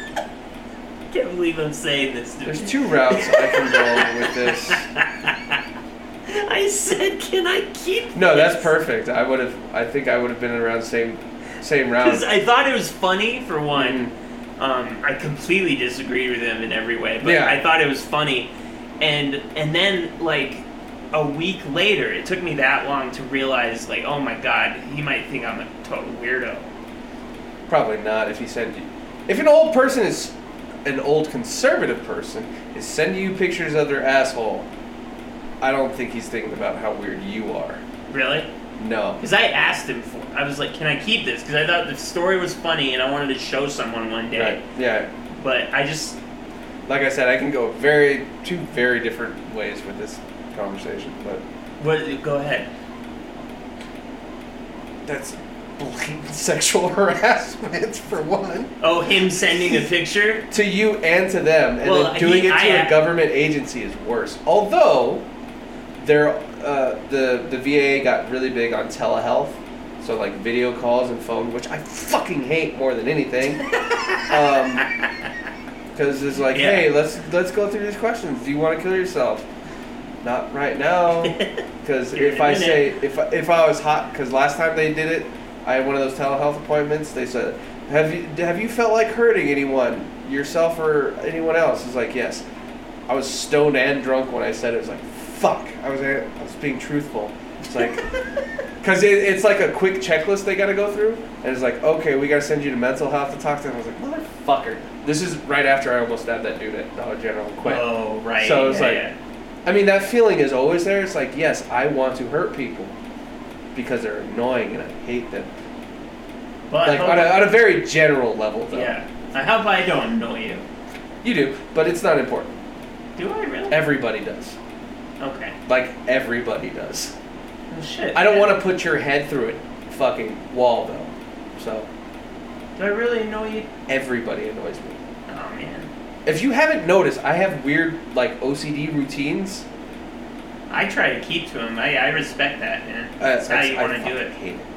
Speaker 1: Can't believe I'm saying this. To
Speaker 2: There's
Speaker 1: me.
Speaker 2: two routes I can go with this.
Speaker 1: I said, "Can I keep?"
Speaker 2: No, that's
Speaker 1: this?"
Speaker 2: perfect. I would have. I think I would have been around same, same round.
Speaker 1: Because I thought it was funny for one.
Speaker 2: Mhm.
Speaker 1: Um, I completely disagreed with him in every way, but
Speaker 2: Yeah.
Speaker 1: I thought it was funny. And and then like a week later, it took me that long to realize like, oh my god, he might think I'm a total weirdo.
Speaker 2: Probably not. If he sent you, if an old person is, an old conservative person is sending you pictures of their asshole, I don't think he's thinking about how weird you are.
Speaker 1: Really?
Speaker 2: No.
Speaker 1: Because I asked him for. I was like, can I keep this? Because I thought the story was funny and I wanted to show someone one day.
Speaker 2: Right. Yeah.
Speaker 1: But I just
Speaker 2: Like I said, I can go very two very different ways with this conversation, but
Speaker 1: what? Go ahead.
Speaker 2: that's blatant sexual harassment for one.
Speaker 1: Oh, him sending a picture.
Speaker 2: to you and to them, and
Speaker 1: Well,
Speaker 2: then doing
Speaker 1: he-
Speaker 2: it to
Speaker 1: I-
Speaker 2: a government agency is worse. Although, there, uh, the the VA got really big on telehealth, so like video calls and phone, which I fucking hate more than anything. Because it's like,
Speaker 1: Yeah.
Speaker 2: hey, let's let's go through these questions. Do you want to kill yourself? Not right now. Because
Speaker 1: You're
Speaker 2: if I
Speaker 1: in it.
Speaker 2: say if I- if I was hot, because last time they did it, I had one of those telehealth appointments. They said, "Have you have you felt like hurting anyone, yourself or anyone else?" It's like yes. I was stoned and drunk when I said it. It was like fuck. I was I was being truthful. It's like because it, it's like a quick checklist they got to go through, and it's like okay, we got to send you to mental health to talk to them. I was like motherfucker. This is right after I almost stabbed that dude at Dollar General and quit.
Speaker 1: Oh, right.
Speaker 2: So it was
Speaker 1: yeah,
Speaker 2: like-
Speaker 1: yeah.
Speaker 2: I mean, that feeling is always there. It's like, yes, I want to hurt people because they're annoying and I hate them.
Speaker 1: But oh I
Speaker 2: Like
Speaker 1: hope-
Speaker 2: on a, on a very general level, though.
Speaker 1: yeah, I hope I don't annoy you.
Speaker 2: You do, but it's not important.
Speaker 1: Do I really?
Speaker 2: Everybody does.
Speaker 1: Okay.
Speaker 2: Like everybody does.
Speaker 1: Well, shit.
Speaker 2: I don't want to put your head through a fucking wall though. So
Speaker 1: to. Do I really annoy you?
Speaker 2: everybody annoys me.
Speaker 1: Oh man,
Speaker 2: If you haven't noticed, I have weird like OCD routines.
Speaker 1: I try to keep to him. I, I respect that, man.
Speaker 2: Uh,
Speaker 1: That's how
Speaker 2: I-
Speaker 1: you
Speaker 2: I
Speaker 1: want to do
Speaker 2: fucking
Speaker 1: it.
Speaker 2: Hate it.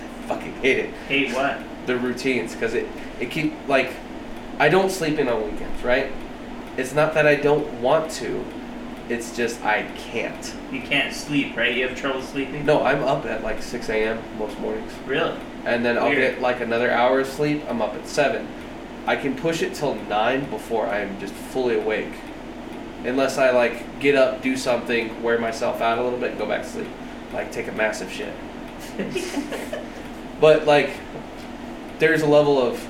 Speaker 2: I fucking hate it.
Speaker 1: Hate what?
Speaker 2: the routines because it it keep like I don't sleep in on weekends, right? It's not that I don't want to, it's just I can't.
Speaker 1: You can't sleep, right? You have trouble sleeping.
Speaker 2: No, I'm up at like six a.m. most mornings,
Speaker 1: Really?
Speaker 2: and then I'll
Speaker 1: Weird.
Speaker 2: get like another hour of sleep. I'm up at seven. I can push it till nine before I'm just fully awake, unless I like get up, do something, wear myself out a little bit, and go back to sleep, like take a massive shit. But like, there's a level of,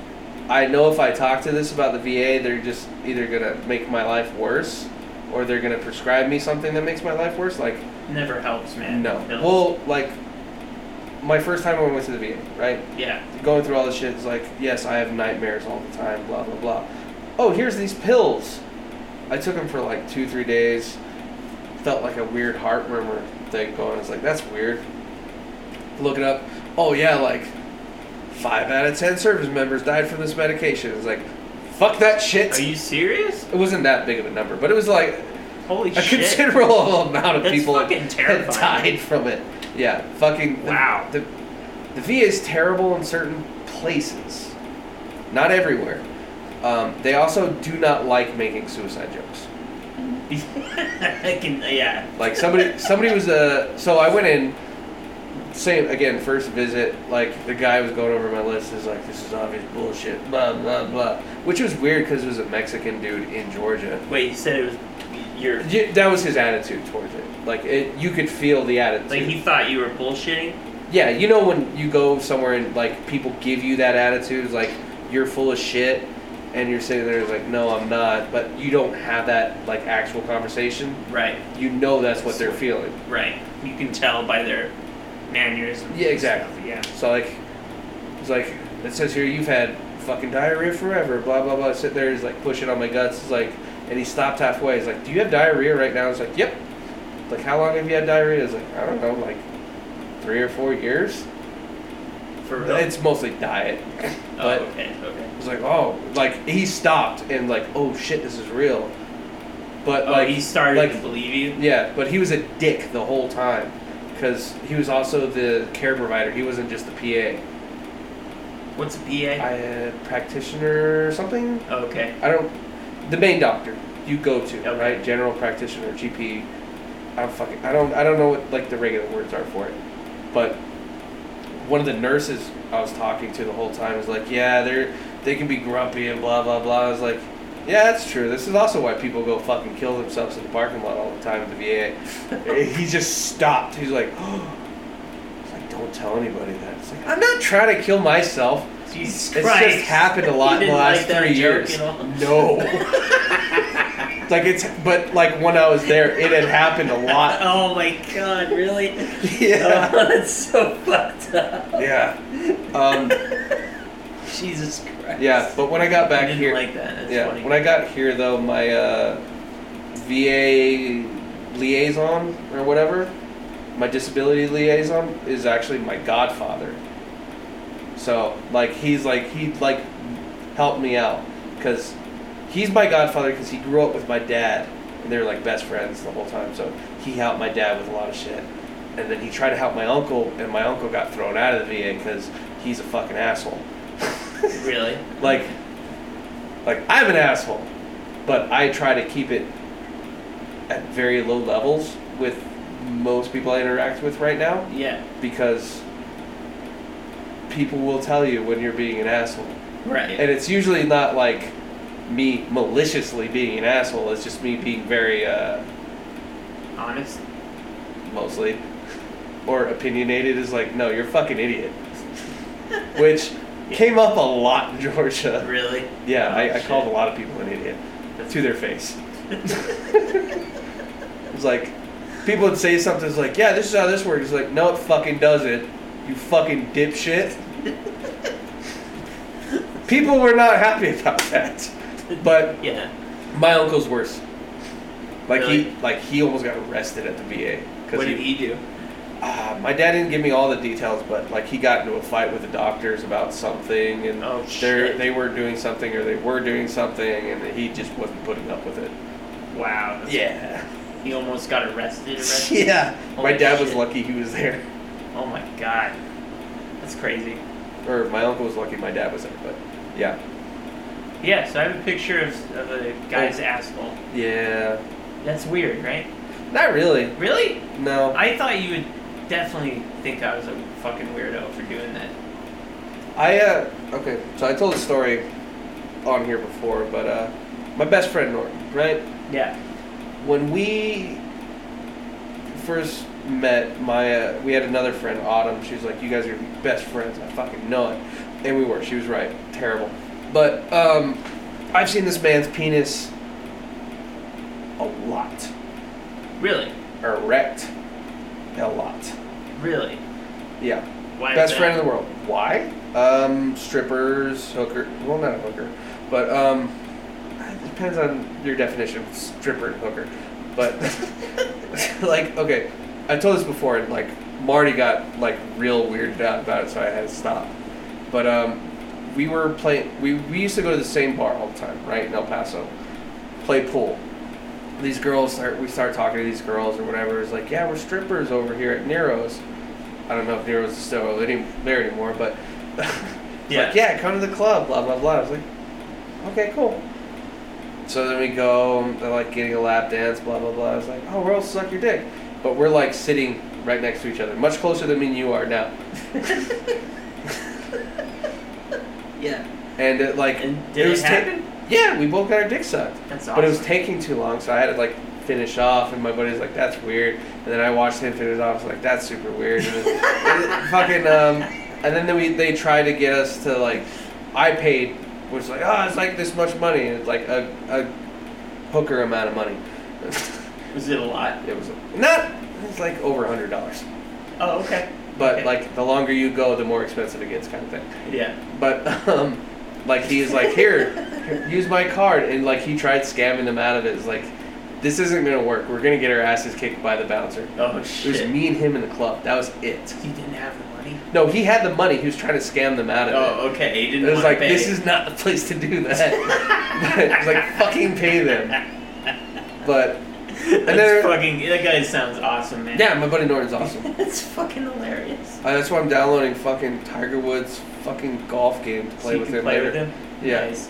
Speaker 2: I know if I talk to this about the VA, they're just either gonna make my life worse, or they're gonna prescribe me something that makes my life worse. Like,
Speaker 1: Never helps, man.
Speaker 2: no.
Speaker 1: Pills.
Speaker 2: Well, like, my first time I went to the VA, right?
Speaker 1: yeah.
Speaker 2: Going through all this shit is like, yes, I have nightmares all the time, blah blah blah. Oh, here's these pills. I took them for like two three days. Felt like a weird heart murmur thing going. It's like that's weird. Look it up. Oh yeah, like five out of ten service members died from this medication. It's like, fuck that shit.
Speaker 1: Are you serious?
Speaker 2: it wasn't that big of a number, but it was like
Speaker 1: Holy
Speaker 2: a
Speaker 1: shit!
Speaker 2: considerable amount of
Speaker 1: That's
Speaker 2: people
Speaker 1: fucking
Speaker 2: had
Speaker 1: terrifying.
Speaker 2: died from it. Yeah, fucking. the-
Speaker 1: Wow.
Speaker 2: The, the VA is terrible in certain places, not everywhere. Um, they also do not like making suicide jokes.
Speaker 1: I can, yeah.
Speaker 2: Like somebody, somebody was uh So I went in. Same again, first visit. Like the guy was going over my list. Is like, this is obvious bullshit. Blah blah blah. Which was weird because it was a Mexican dude in Georgia.
Speaker 1: Wait, you said it was your.
Speaker 2: Y- That was his attitude towards it. Like it, you could feel the attitude.
Speaker 1: Like he thought you were bullshitting.
Speaker 2: Yeah, you know when you go somewhere and like people give you that attitude, it's like you're full of shit, and you're sitting there it's like, no, I'm not. But you don't have that like actual conversation.
Speaker 1: Right,
Speaker 2: You know that's what they're feeling.
Speaker 1: right. You can tell by their mannerisms.
Speaker 2: Yeah,
Speaker 1: and
Speaker 2: exactly.
Speaker 1: stuff, Yeah.
Speaker 2: So like, it's like it says here you've had fucking diarrhea forever. Blah blah blah. Sit there, he's like pushing on my guts. It's like, and he stopped halfway. He's like, do you have diarrhea right now? It's like, yep. Like how long have you had diarrhea? It's like I don't know, like three or four years.
Speaker 1: For real.
Speaker 2: It's mostly diet.
Speaker 1: oh,
Speaker 2: but-
Speaker 1: okay, okay.
Speaker 2: It was like, oh, like he stopped and like, oh shit, this is real. But
Speaker 1: Oh,
Speaker 2: like
Speaker 1: he started
Speaker 2: like-
Speaker 1: to believe you.
Speaker 2: yeah, but he was a dick the whole time because he was also the care provider. He wasn't just the PA,
Speaker 1: What's a PA?
Speaker 2: I, uh, practitioner or something.
Speaker 1: okay.
Speaker 2: I don't. The main doctor you go to,
Speaker 1: Okay.
Speaker 2: right? General practitioner, GP. I don't fucking. I don't. I don't know what like the regular words are for it, but one of the nurses I was talking to the whole time was like, "Yeah, they're they can be grumpy and blah blah blah." I was like, "Yeah, that's true. This is also why people go fucking kill themselves in the parking lot all the time at the VA." he just stopped. He's like, oh. He's like, "Don't tell anybody that." It's like, I'm not trying to kill myself.
Speaker 1: Jesus
Speaker 2: It's
Speaker 1: Christ.
Speaker 2: just happened a
Speaker 1: You
Speaker 2: lot in the
Speaker 1: didn't
Speaker 2: last
Speaker 1: like that
Speaker 2: three
Speaker 1: joke
Speaker 2: years.
Speaker 1: at all?
Speaker 2: No. like it's, but like when I was there, it had happened a lot.
Speaker 1: oh my god, really?
Speaker 2: Yeah.
Speaker 1: Oh, that's so fucked up.
Speaker 2: Yeah. Um,
Speaker 1: Jesus Christ.
Speaker 2: yeah. But when I got
Speaker 1: I
Speaker 2: back
Speaker 1: didn't
Speaker 2: here,
Speaker 1: like that. That's
Speaker 2: yeah.
Speaker 1: funny.
Speaker 2: When I got here though, my uh, VA liaison or whatever, my disability liaison is actually my godfather. So like he's like he like helped me out because he's my godfather because he grew up with my dad and they were like best friends the whole time. So he helped my dad with a lot of shit, and then he tried to help my uncle, and my uncle got thrown out of the VA because he's a fucking asshole.
Speaker 1: really?
Speaker 2: like like I'm an asshole, but I try to keep it at very low levels with most people I interact with right now
Speaker 1: Yeah.
Speaker 2: because people will tell you when you're being an asshole.
Speaker 1: Right.
Speaker 2: And it's usually not like me maliciously being an asshole, it's just me being very uh
Speaker 1: Honest.
Speaker 2: mostly or opinionated is like no, you're a fucking idiot. Which came up a lot in Georgia.
Speaker 1: Really?
Speaker 2: Yeah,
Speaker 1: Oh,
Speaker 2: I, I
Speaker 1: shit.
Speaker 2: called a lot of people an idiot to their face. It's like people would say something. It's like, yeah, this is how this works. It's like, no, it fucking doesn't. You fucking dipshit. people were not happy about that. But
Speaker 1: Yeah.
Speaker 2: my uncle's worse. Like
Speaker 1: Really?
Speaker 2: he, like he almost got arrested at the VA
Speaker 1: What did he do?
Speaker 2: Ah, my dad didn't give me all the details, but like he got into a fight with the doctors about something, and
Speaker 1: Oh,
Speaker 2: they're
Speaker 1: shit.
Speaker 2: they were doing something or they were doing something, and he just wasn't putting up with it.
Speaker 1: Wow. that's-
Speaker 2: Yeah,
Speaker 1: He almost got arrested. arrested?
Speaker 2: yeah. my
Speaker 1: Holy
Speaker 2: dad was
Speaker 1: shit.
Speaker 2: lucky he was there,
Speaker 1: Oh my god. That's crazy.
Speaker 2: or my uncle was lucky my dad was there. But yeah,
Speaker 1: Yeah, so I have a picture of, of a guy's asshole.
Speaker 2: yeah.
Speaker 1: That's weird, right?
Speaker 2: Not really.
Speaker 1: Really?
Speaker 2: No,
Speaker 1: I thought you would definitely think I was a fucking weirdo for doing that.
Speaker 2: I uh okay. So I told a story on here before, but uh, my best friend Norton, right?
Speaker 1: Yeah.
Speaker 2: when we first met Maya, we had another friend, Autumn. She was like, "You guys are best friends." I fucking know it, and we were. She was right. Terrible, but um, I've seen this man's penis a lot,
Speaker 1: Really?
Speaker 2: erect a lot.
Speaker 1: Really?
Speaker 2: Yeah,
Speaker 1: Why
Speaker 2: best
Speaker 1: is that?
Speaker 2: friend in the world. Why? Um, strippers, hooker. Well, not a hooker, but um, it depends on your definition of stripper and hooker. But like, okay, I told this before, and like Marty got like real weirded out about it, so I had to stop. But um, we were playing. We we used to go to the same bar all the time, right in El Paso, play pool. These girls start. We start talking to these girls or whatever. It's like, yeah, we're strippers over here at Nero's. I don't know if Nero's is still any- there anymore, but it's
Speaker 1: Yeah.
Speaker 2: like, yeah, come to the club, blah blah blah. I was like, okay, cool. So then we go, and they're like getting a lap dance, blah blah blah. I was like, oh, we're all suck your dick, but we're like sitting right next to each other, much closer than me and you are now.
Speaker 1: Yeah.
Speaker 2: And it like,
Speaker 1: And did it,
Speaker 2: was ta-
Speaker 1: happen?
Speaker 2: yeah, we both got our dick sucked.
Speaker 1: That's awesome.
Speaker 2: But it was taking too long, so I had to like finish off, and my buddy's like, "That's weird." And then I watched him finish off, I was like, "That's super weird." And then- and fucking um, and then we they tried to get us to like, I paid, was like, "Oh, it's like this much money," and it's like a a hooker amount of money.
Speaker 1: Was it a lot?
Speaker 2: it was not, it's like over a hundred dollars.
Speaker 1: Oh, okay.
Speaker 2: But
Speaker 1: Okay.
Speaker 2: like the longer you go, the more expensive it gets, kind of thing.
Speaker 1: Yeah.
Speaker 2: But um, like he's like, here, here, use my card, and like he tried scamming them out of it. It's like, this isn't gonna work. We're gonna get our asses kicked by the bouncer.
Speaker 1: Oh
Speaker 2: It was
Speaker 1: shit.
Speaker 2: me and him in the club. That was it.
Speaker 1: He didn't have the money.
Speaker 2: No, he had the money. He was trying to scam them out of it.
Speaker 1: Oh, okay. He didn't.
Speaker 2: It was
Speaker 1: wanna
Speaker 2: like
Speaker 1: pay
Speaker 2: this
Speaker 1: it.
Speaker 2: is not the place to do that. it was like fucking pay them. But
Speaker 1: That's
Speaker 2: another-
Speaker 1: fucking. That guy sounds awesome, man.
Speaker 2: yeah, my buddy Norton's awesome.
Speaker 1: That's fucking hilarious.
Speaker 2: Uh, that's why I'm downloading fucking Tiger Woods fucking golf game to
Speaker 1: So
Speaker 2: play
Speaker 1: you
Speaker 2: with
Speaker 1: can
Speaker 2: him
Speaker 1: play
Speaker 2: later.
Speaker 1: with him.
Speaker 2: Yeah.
Speaker 1: Nice.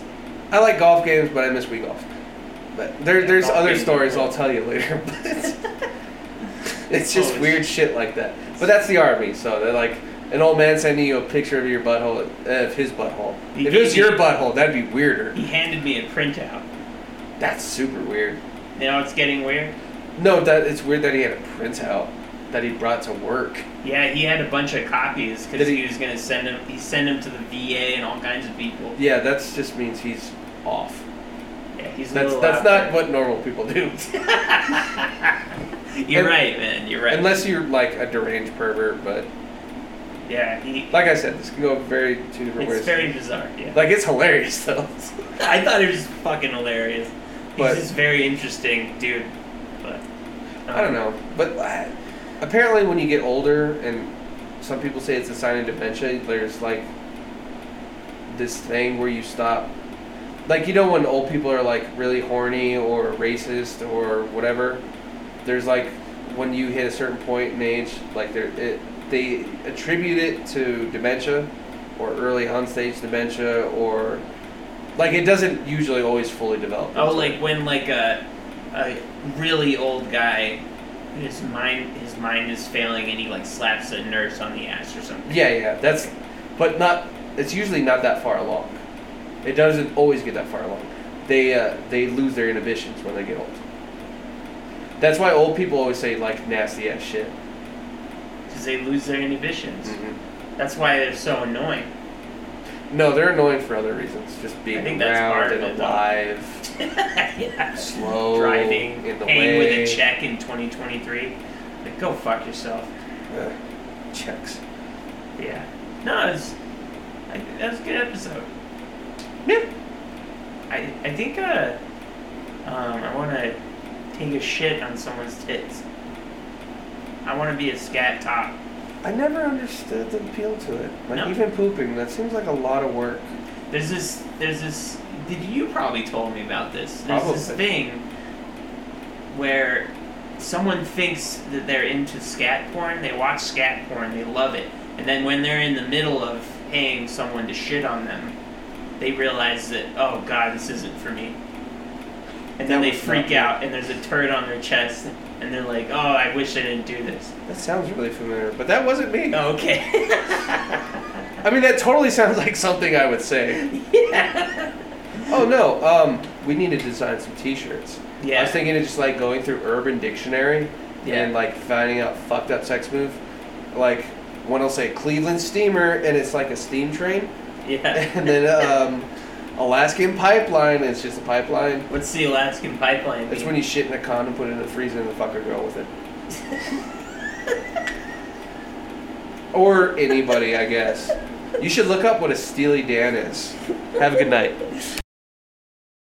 Speaker 2: I like golf games, but I miss Wii Golf. But there, there's
Speaker 1: Golf
Speaker 2: other
Speaker 1: games are
Speaker 2: stories
Speaker 1: cool.
Speaker 2: I'll tell you later. But it's just
Speaker 1: Always.
Speaker 2: weird shit like that. But that's the army. So they're like an old man sending you a picture of your butthole, uh, of his butthole.
Speaker 1: He
Speaker 2: if it was
Speaker 1: gave
Speaker 2: your
Speaker 1: you-
Speaker 2: butthole, that'd be weirder.
Speaker 1: He handed me a printout.
Speaker 2: That's super weird.
Speaker 1: Now it's getting weird.
Speaker 2: No, that it's weird that he had a printout that he brought to work.
Speaker 1: Yeah, he had a bunch of copies because
Speaker 2: Did
Speaker 1: he,
Speaker 2: he-
Speaker 1: was gonna send him. He sent him to the VA and all kinds of people.
Speaker 2: Yeah, that just means he's off.
Speaker 1: Yeah, he's a
Speaker 2: That's
Speaker 1: little
Speaker 2: that's
Speaker 1: out
Speaker 2: not what normal people do.
Speaker 1: there. You're
Speaker 2: and-
Speaker 1: right, man. You're right.
Speaker 2: Unless you're like a deranged pervert. But
Speaker 1: yeah, he.
Speaker 2: like I said, this can go very two different ways.
Speaker 1: It's very bizarre. Yeah.
Speaker 2: Like it's hilarious though.
Speaker 1: I thought it was fucking hilarious. He's
Speaker 2: But-
Speaker 1: just very interesting, dude. But um,
Speaker 2: I don't know, but uh, apparently when you get older, and some people say it's a sign of dementia. There's like this thing where you stop, like you know when old people are like really horny or racist or whatever. There's like when you hit a certain point in age, like there it, they attribute it to dementia or early stage dementia or like it doesn't usually always fully develop.
Speaker 1: Oh, like when like a a really old guy, his mind his mind is failing, and he like slaps a nurse on the ass or something.
Speaker 2: Yeah, yeah, that's, but not. It's usually not that far along. It doesn't always get that far along. They uh, they lose their inhibitions when they get old. That's why old people always say like nasty ass shit.
Speaker 1: Mm-hmm. Because they lose their inhibitions. That's why they're so annoying.
Speaker 2: No, they're annoying for other reasons. Just being
Speaker 1: I think that's
Speaker 2: around
Speaker 1: part of
Speaker 2: and
Speaker 1: it, though.
Speaker 2: alive,
Speaker 1: yeah.
Speaker 2: slow,
Speaker 1: Driving,
Speaker 2: in the
Speaker 1: paying
Speaker 2: way.
Speaker 1: with a check in 2023. Like, go fuck yourself.
Speaker 2: Ugh, checks.
Speaker 1: Yeah. No, it's I, that was a good episode.
Speaker 2: Yeah.
Speaker 1: I I think uh um I want to take a shit on someone's tits. I want to be a scat top.
Speaker 2: I never understood the appeal to it. Like
Speaker 1: No.
Speaker 2: even pooping, that seems like a lot of work.
Speaker 1: There's this there's this did you probably told me about this? There's this
Speaker 2: Probably.
Speaker 1: thing where someone thinks that they're into scat porn, they watch scat porn, they love it. And then when they're in the middle of paying someone to shit on them, they realize that oh god, this isn't for me. And then
Speaker 2: That
Speaker 1: they
Speaker 2: was
Speaker 1: freak
Speaker 2: not me.
Speaker 1: out and there's a turd on their chest and they're like, "Oh, I wish I didn't do this."
Speaker 2: That sounds really familiar, but that wasn't me.
Speaker 1: Oh, okay.
Speaker 2: I mean, that totally sounds like something I would say.
Speaker 1: yeah.
Speaker 2: Oh no, um, we need to design some T-shirts. I was
Speaker 1: Yeah.
Speaker 2: thinking of just like going through Urban Dictionary
Speaker 1: Yeah.
Speaker 2: and like finding out fucked up sex move. Like one will say Cleveland steamer, and it's like a steam train,
Speaker 1: Yeah.
Speaker 2: and then um, Alaskan pipeline. It's just a pipeline.
Speaker 1: What's the Alaskan pipeline?
Speaker 2: That's
Speaker 1: mean?
Speaker 2: when you shit in a condom, put it in the freezer, and the fucker girl with it. or anybody, I guess. You should look up what a Steely Dan is. Have a good night.